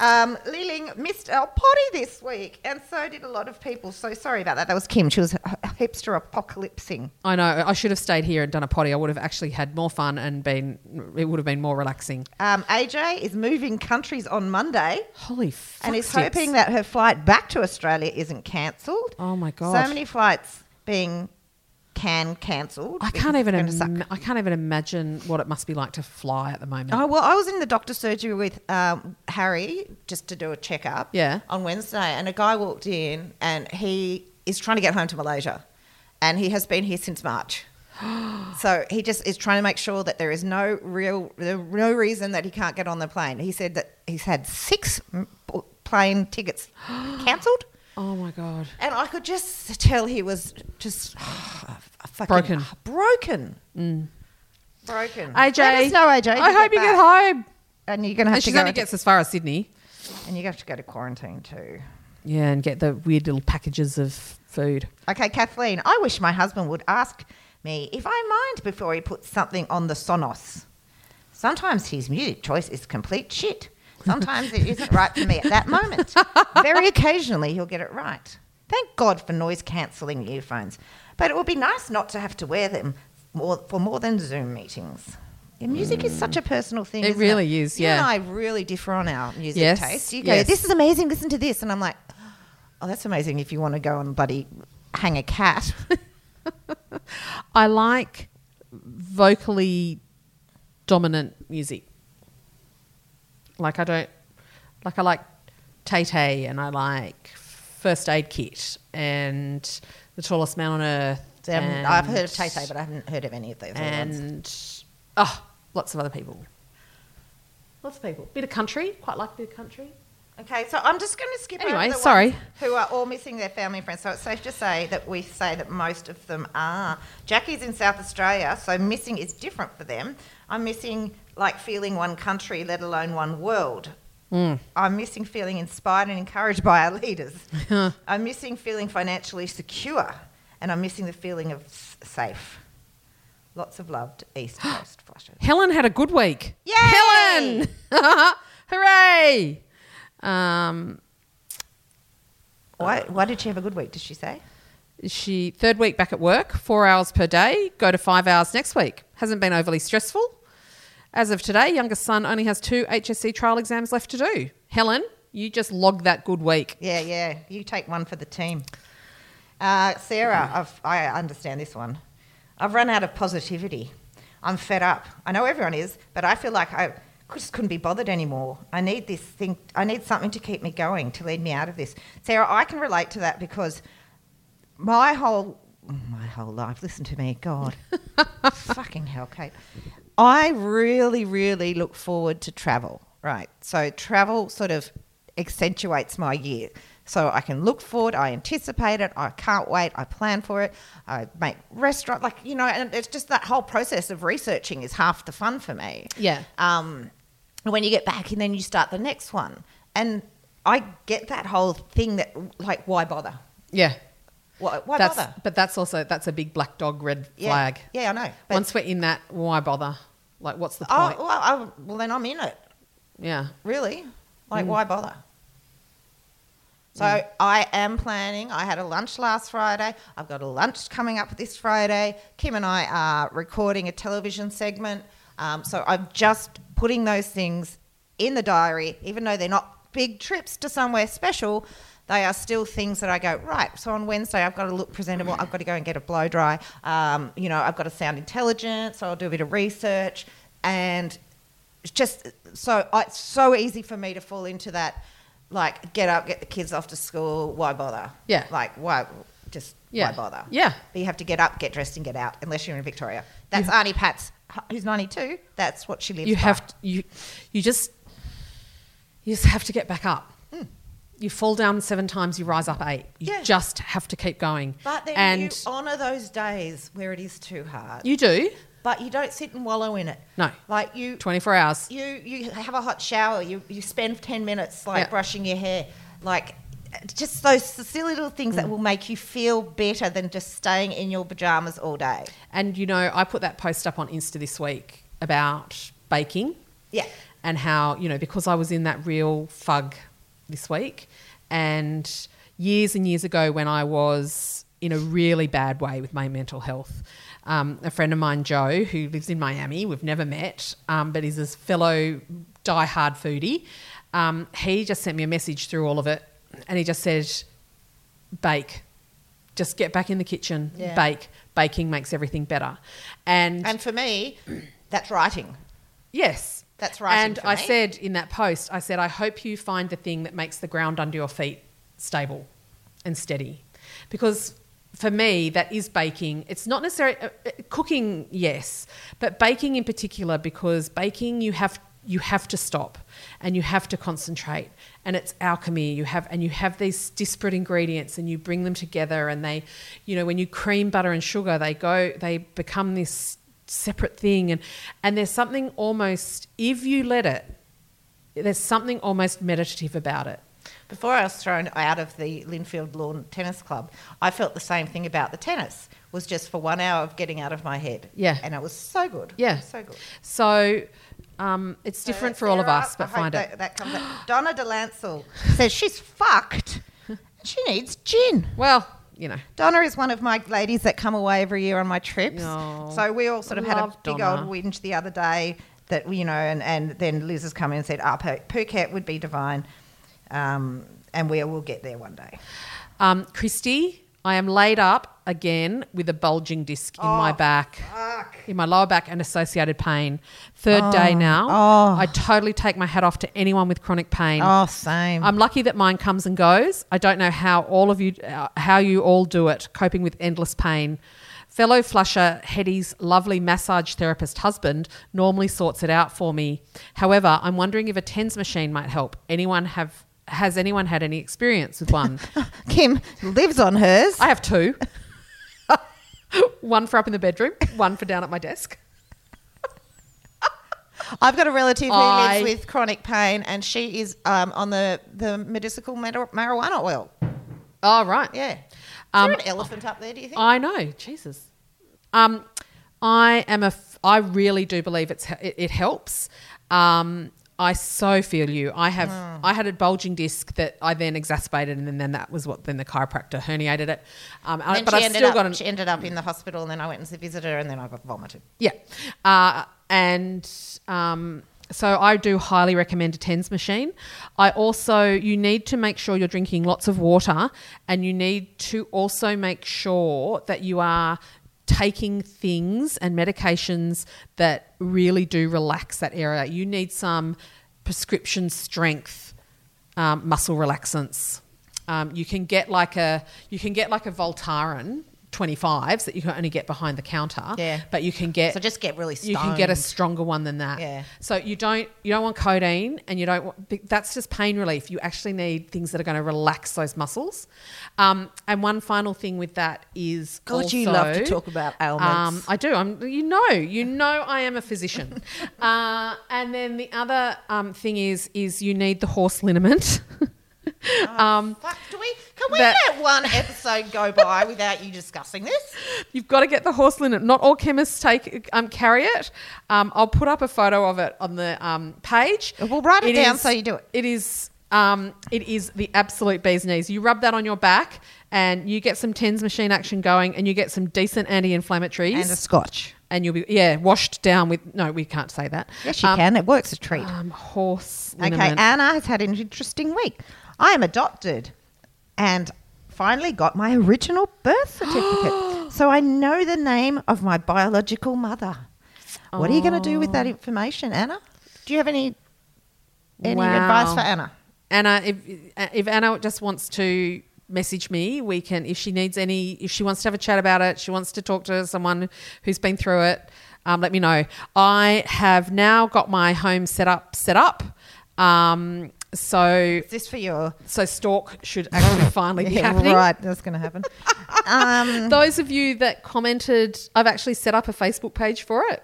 Um, Liling missed our potty this week, and so did a lot of people. So sorry about that. That was Kim. She was h- hipster apocalypsing.
I know. I should have stayed here and done a potty. I would have actually had more fun and been it would have been more relaxing.
Um, AJ is moving countries on Monday.
Holy fuck
and is
sticks.
hoping that her flight back to Australia isn't cancelled.
Oh my
So
gosh.
many flights being can cancelled.
I
because
can't
it's
even
gonna suck.
im- I can't even imagine what it must be like to fly at the moment.
Oh well, I was in the doctor's surgery with um, Harry just to do a checkup.
Yeah.
On Wednesday, and a guy walked in, and he is trying to get home to Malaysia, and he has been here since March. so he just is trying to make sure that there is no real, there- no reason that he can't get on the plane. He said that he's had six mm, b- plane tickets cancelled.
Oh my god.
And I could just tell he was just ah, fucking
Broken.
Broken. Broken.
AJ,
Let us know, AJ. if
I hope you get
back.
home.
And you're going to
And
have to
she's
go.
only
Into,
gets as far as Sydney.
and you have to go to quarantine too.
Yeah, and get the weird little packages of food.
Okay, Kathleen, I wish my husband would ask me if I mind before he puts something on the Sonos. Sometimes his music choice is complete shit. Sometimes it isn't right for me at that moment. Very occasionally, he'll get it right. Thank God for noise cancelling earphones, but it would be nice not to have to wear them more, for more than Zoom meetings. Yeah, music is such a personal thing.
Mm. It
isn't
really
is.
is,
You and
yeah.
I really differ on our music
Yes,
taste. You go,
yes.
this is amazing. Listen to this, and I'm like, oh, that's amazing. If you want to go and bloody hang a cat,
I like vocally dominant music. Like I don't like I like Tay Tay and I like First Aid Kit and The Tallest Man on Earth.
So I haven't-
and-
I've heard of Tay Tay, but I haven't heard of any of those other ones.
and oh, lots of other people. Lots of people. Bit of country. Quite like a bit of country.
Okay, so I'm just going to skip. over
Anyway,
the ones
sorry.
who are all missing their family and friends? So it's safe to say that we say that most of them are. Jackie's in South Australia, so missing is different for them. I'm missing like feeling one country, let alone one world.
Mm.
I'm missing feeling inspired and encouraged by our leaders. I'm missing feeling financially secure, and I'm missing the feeling of s- safe. Lots of loved East Coast flushes.
Helen had a good week.
Yay!
Helen! Hooray! Um,
Why, why did she have a good week? Did she say?
she third week back at work, four hours per day, go to five hours next week. Hasn't been overly stressful. As of today, youngest son only has two HSC trial exams left to do. Helen, you just log that good week.
Yeah, yeah. You take one for the team. Uh, Sarah, I've, I understand this one. I've run out of positivity. I'm fed up. I know everyone is, but I feel like I just couldn't be bothered anymore. I need this thing. I need something to keep me going, to lead me out of this. Sarah, I can relate to that because my whole my whole life. Listen to me, God, fucking hell, Kate. I really, really look forward to travel. Right, so travel sort of accentuates my year. So I can look forward. I anticipate it. I can't wait. I plan for it. I make restaurant like you know, and it's just that whole process of researching is half the fun for me
Yeah.
um, when you get back and then you start the next one. And I get that whole thing that, like, why bother?
Yeah.
Why, why
that's,
bother?
But that's also, that's a big black dog red
Yeah.
flag.
Yeah, I know. But,
Once we're in that, why bother? Like, what's the
oh,
point?
well, I, well, then I'm in it,
Yeah.
really. Like, why bother? So I am planning. I had a lunch last Friday. I've got a lunch coming up this Friday. Kim and I are recording a television segment. Um, so I'm just putting those things in the diary, even though they're not big trips to somewhere special. They are still things that I go right. So on Wednesday, I've got to look presentable. I've got to go and get a blow dry. Um, you know, I've got to sound intelligent. So I'll do a bit of research, and it's just so I- it's so easy for me to fall into that like get up, get the kids off to school. Why bother?
Yeah.
Like why? Just
Yeah.
why bother?
Yeah.
But you have to get up, get dressed, and get out. Unless you're in Victoria. That's Auntie Pat's. Who's ninety two? That's what she lives.
you
by.
have to, you you just you just have to get back up. You fall down seven times, you rise up eight. You
Hmm. Yeah.
just have to keep going.
But then
and
you honour those days where it is too hard.
you do
but you don't sit and wallow in it.
No.
Like you.
twenty four hours.
you you have a hot shower. You you spend ten minutes like
Yeah.
brushing your hair, like just those silly little things
Mm.
that will make you feel better than just staying in your pajamas all day.
And you know, I put that post up on Insta this week about baking.
Yeah.
And how, you know, because I was in that real fug this week and years and years ago when I was in a really bad way with my mental health, um, a friend of mine, Joe, who lives in Miami, we've never met, um, but he's a fellow diehard foodie, um, he just sent me a message through all of it and he just said, bake. Just get back in the kitchen,
Yeah.
bake. Baking makes everything better. And,
And for me, that's writing.
yes.
That's writing
And
for
I
me.
said in that post, I said, I hope you find the thing that makes the ground under your feet stable and steady. Because for me that is baking. It's not necessarily uh, uh, cooking, yes, but baking in particular because baking you have you have to stop and you have to concentrate and it's alchemy you have and you have these disparate ingredients and you bring them together and they you know when you cream butter and sugar they go they become this separate thing and and there's something almost if you let it there's something almost meditative about it
Before I was thrown out of the Linfield Lawn Tennis Club, I felt the same thing about the tennis. Was just for one hour of getting out of my head.
Yeah.
and it was so good.
Yeah.
so good.
So um, it's
So
different
that's
for all of
Sarah.
us,
I
but
hope
find
that,
it.
That comes out. Donna DeLancel says she's fucked. She needs gin.
Well, you know,
Donna is one of my ladies that come away every year on my trips.
Oh,
so we all sort of had a
love
big
Donna.
old whinge the other day that, you know, and, and then Liz has come in and said, ah, Phu- Phuket would be divine. Um, and we will get there one day.
um, Christy, I am laid up again with a bulging disc in my
Oh,
back,
fuck.
in my lower back, and associated pain. Third day now.
Oh.
I totally take my hat off to anyone with chronic pain.
Oh, same.
I'm lucky that mine comes and goes. I don't know how all of you, uh, how you all do it, coping with endless pain. Fellow flusher Hetty's lovely massage therapist husband normally sorts it out for me. However, I'm wondering if a TENS machine might help. Anyone have has anyone had any experience with one?
Kim lives on hers.
I have two. one for up in the bedroom, one for down at my desk.
I've got a relative who
I-
lives with chronic pain and she is um, on the, the medicinal mar- marijuana oil.
All right.
Yeah. Is
Um,
there an elephant up there, do you think?
I know, Jesus. Um, I am a. F- I really do believe it's it, it helps. Um, I so feel you. I have.
Hmm.
I had a bulging disc that I then exacerbated, and then, then that was what. Then the chiropractor herniated it. Um, I-
And
but
she,
I've
ended
still
up,
got an.
she ended up in the hospital, and then I went and visited her, and then I vomited.
Yeah. Uh, and um, so I do highly recommend a TENS machine. I also, you need to make sure you're drinking lots of water and you need to also make sure that you are taking things and medications that really do relax that area. You need some prescription strength um, muscle relaxants. Um, you can get like a you can get like a Voltaren 25s that you can only get behind the counter.
Yeah.
But you can get
So just get really
you can get a
stoned.
stronger one than that.
Yeah.
So you don't you don't want codeine and you don't want that's just pain relief. You actually need things that are going to relax those muscles. Um, and one final thing with that is
God, you love
also,
to
um,
talk about ailments.
I do. I'm you know you know I am a physician. uh, and then the other um, thing is is you need the horse liniment. um,
Fuck, do we? Can we
That-
let one episode go by without you discussing this?
You've got to get the horse liniment. Not all chemists take um, carry it. Um, I'll put up a photo of it on the um, page.
We'll write it down so you do it.
It is. Um, it is the absolute bee's knees. You rub that on your back, and you get some tens machine action going, and you get some decent anti-inflammatories,
And a scotch.
and you'll be yeah washed down with. No, we can't say that.
Yes, you
Um,
can. It works a treat.
Um, horse
Okay,
liniment.
Anna has had an interesting week. I am adopted and finally got my original birth certificate. so I know the name of my biological mother. What are you going to do with
Oh.
that information, Anna? Do you have any any advice
Wow.
for Anna?
Anna, if if Anna just wants to message me, we can. If she needs any, if she wants to have a chat about it, she wants to talk to someone who's been through it. Um, let me know. I have now got my home set up. Set up. Um, so
Is this for your
so stalk should actually finally be
Yeah,
happening.
Right, that's going to happen. um,
Those of you that commented, I've actually set up a Facebook page for it.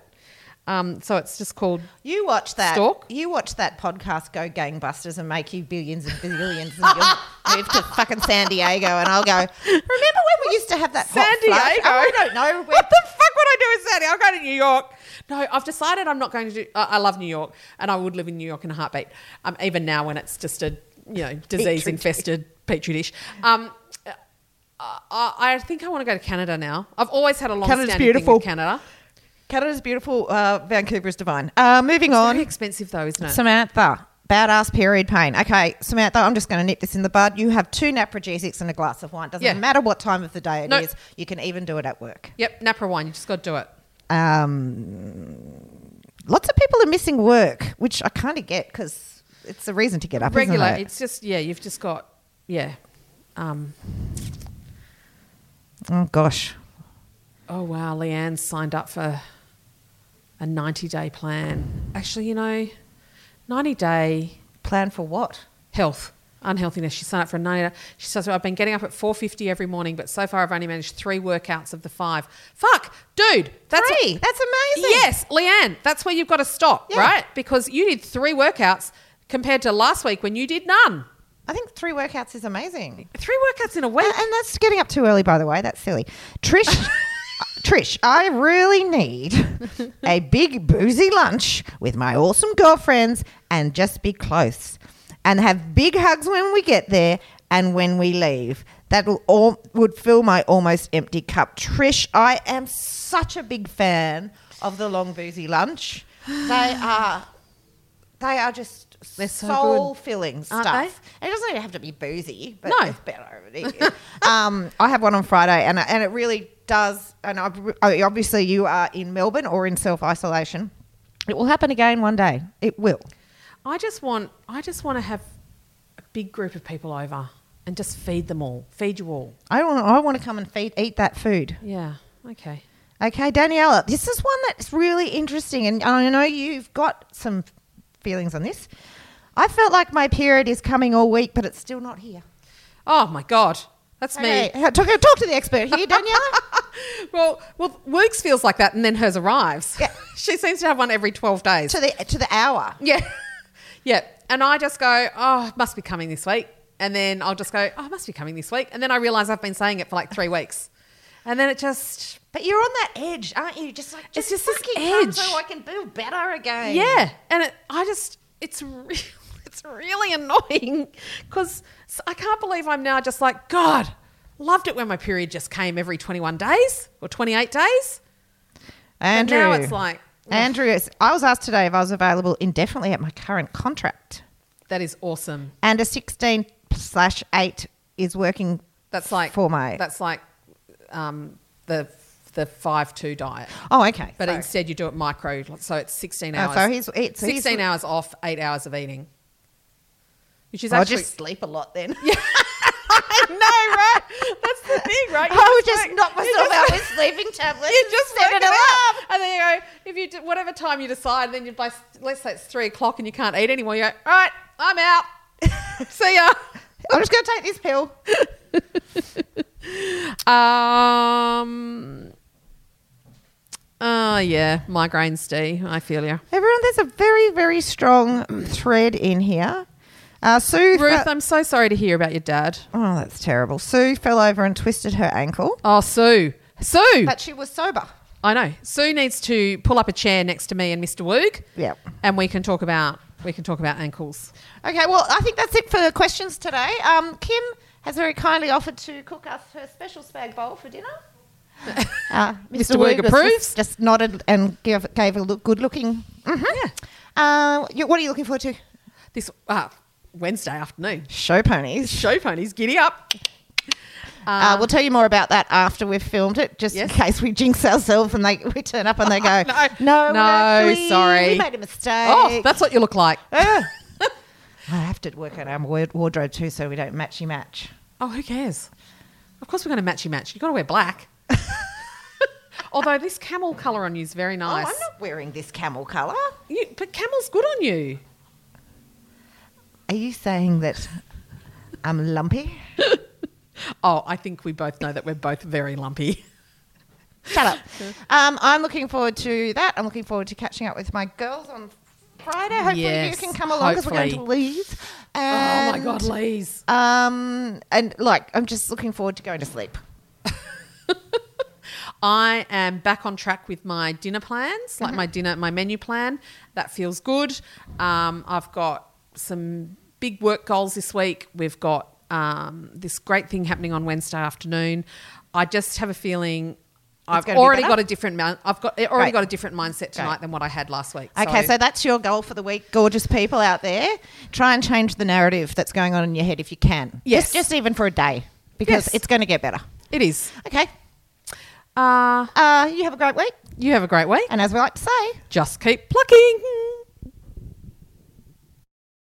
Um, so it's just called
you watch that.
Stalk?
You watch that podcast go gangbusters and make you billions and billions and you'll move to fucking San Diego and I'll go, remember when we used to have that hot
San Diego.
flush? Oh, I don't know. We're-
what the fuck would I do in San Diego? I'm going to New York. No, I've decided I'm not going to do. I, I love New York, and I would live in New York in a heartbeat. Um, even now when it's just a you know disease infested petri dish. Um, I, I I think I want to go to Canada now. I've always had a long standing thing
beautiful.
with Canada.
Canada's beautiful. Uh, Vancouver is divine. Uh, moving
Very
on.
expensive though, isn't it?
Samantha. Badass period pain. Okay, Samantha, I'm just going to nip this in the bud. You have two naprogesics and a glass of wine. Doesn't
Yeah.
matter what time of the day it is.
No.
You can even do it at work.
yep, Napa wine. You just got to do it.
um, lots of people are missing work, which I kind of get because it's a reason to get up.
Regular.
Isn't it?
It's just yeah. You've just got yeah. Um,
Oh gosh.
Oh wow, Leanne signed up for a 90 day plan. Actually, you know, 90 day
Plan for what?
health unhealthiness. She signed up for a 90 day. She says, "I've been getting up at 4:50 every morning, but so far I've only managed 3 workouts of the 5." Fuck, dude. That's
Three. That's amazing.
Yes, Leanne, that's where you've got to stop,
Yeah.
right? Because you did 3 workouts compared to last week when you did none.
I think three workouts is amazing.
3 workouts in a
And,
week.
and that's getting up too early, by the way. That's silly. Trish, Trish, I really need a big boozy lunch with my awesome girlfriends and just be close and have big hugs when we get there and when we leave. That will all would fill my almost empty cup. Trish, I am such a big fan of the long boozy lunch. They are, they are just
They're so
soul filling
Aren't
stuff.
they?
And it doesn't even have to be boozy, but
No.
it's better. um, I have one on Friday, and and it really does. And I, I- obviously, you are in Melbourne or in self isolation. It will happen again one day. It will.
I just want I just want to have a big group of people over and just feed them all. Feed you all.
I want. I want to come and feed, eat that food.
Yeah. Okay.
Okay, Daniela, this is one that's really interesting, and I know you've got some feelings on this. I felt like my period is coming all week, but it's still not here.
Oh my god. That's
Okay,
me.
talk, talk to the expert here, Daniela.
well, well, Works feels like that, and then hers arrives.
Yeah.
she seems to have one every twelve days.
to the to the hour.
yeah, yeah. And I just go, oh, it must be coming this week, and then I'll just go, oh, it must be coming this week, and then I realize I've been saying it for like three weeks, and then it just,
But you're on that edge, aren't you? Just like
It's
just,
just this
fucking come
edge.
so I can feel better again.
yeah, and it, I just, it's real, it's really annoying because I can't believe I'm now just like God. Loved it when my period just came every 21 days or 28 days.
Andrew.
now it's like-
Andrew. it's- I was asked today if I was available indefinitely at my current contract,
That is awesome.
and a sixteen slash eight is working.
That's like
for my.
That's like um, the the five two diet,
oh, okay.
but
so,
instead you do it micro, so it's sixteen
Oh,
hours.
so he's- it's- he's-
sixteen hours off, eight hours of eating, which is
I'll
actually
just sleep a lot then.
no right. That's the thing, right? You
I would
just
just
work-
knock
you
myself
just-
out with sleeping tablets.
You just
set
work
it
it
up.
out, and then you go. If you do, whatever time you decide, then you by let's say it's three o'clock and you can't eat anymore. You go, all right, I'm out. See ya.
I'm just going to take this pill.
Um. Oh yeah, migraines, D. I feel you,
Everyone, there's a very very strong thread in here. Uh, Sue. fe-
Ruth. I'm so sorry to hear about your dad.
oh, that's terrible. Sue fell over and twisted her ankle,
Oh, Sue, Sue.
but she was sober.
I know Sue needs to pull up a chair next to me and Mr. Woog.
Yep.
and we can talk about we can talk about ankles.
Okay, well, I think that's it for questions today. Um, Kim has very kindly offered to cook us her special spag bowl for dinner. Uh,
Mr. Werg
was
approves.
Just, just nodded and gave, gave a look, good looking. Mm-hmm.
Yeah,
Uh, you, what are you looking forward to?
this uh, Wednesday afternoon.
Show ponies.
Show ponies, giddy up.
uh, we'll tell you more about that after we've filmed it, just
Yes.
in case we jinx ourselves and they, we turn up and they go,
No.
no,
No,
actually,
sorry."
we made a mistake.
Oh, that's what you look like.
Ah. I have to work out our ward- wardrobe too, so we don't matchy match.
Oh, who cares? Of course, we're going to matchy match. You've got to wear black. Although this camel colour on you is very nice.
Oh, I'm not wearing this camel colour.
You, but camel's good on you.
Are you saying that I'm lumpy?
Oh, I think we both know that we're both very lumpy.
Shut up. Um, I'm looking forward to that. I'm looking forward to catching up with my girls on Friday. Hopefully
Yes,
you can come along because we're going to
hopefully.
Leeds.
oh my
And,
God, Lees.
Um, and like, I'm just looking forward to going to sleep.
I am back on track with my dinner plans, like
Uh-huh.
my dinner, my menu plan. That feels good. Um, I've got some big work goals this week. We've got um, this great thing happening on Wednesday afternoon. I just have a feeling. I've
gonna be
already
better?
got a different. min- I've got already
Great.
got a different mindset tonight
Great.
than what I had last week.
Okay, so that's your goal for the week, gorgeous people out there. Try and change the narrative that's going on in your head if you can.
Yes.
Just, just even for a day because
Yes.
it's going to get better.
it is.
Okay.
Uh,
Uh, you have a great week.
you have a great week.
And as we like to say,
Just keep plucking.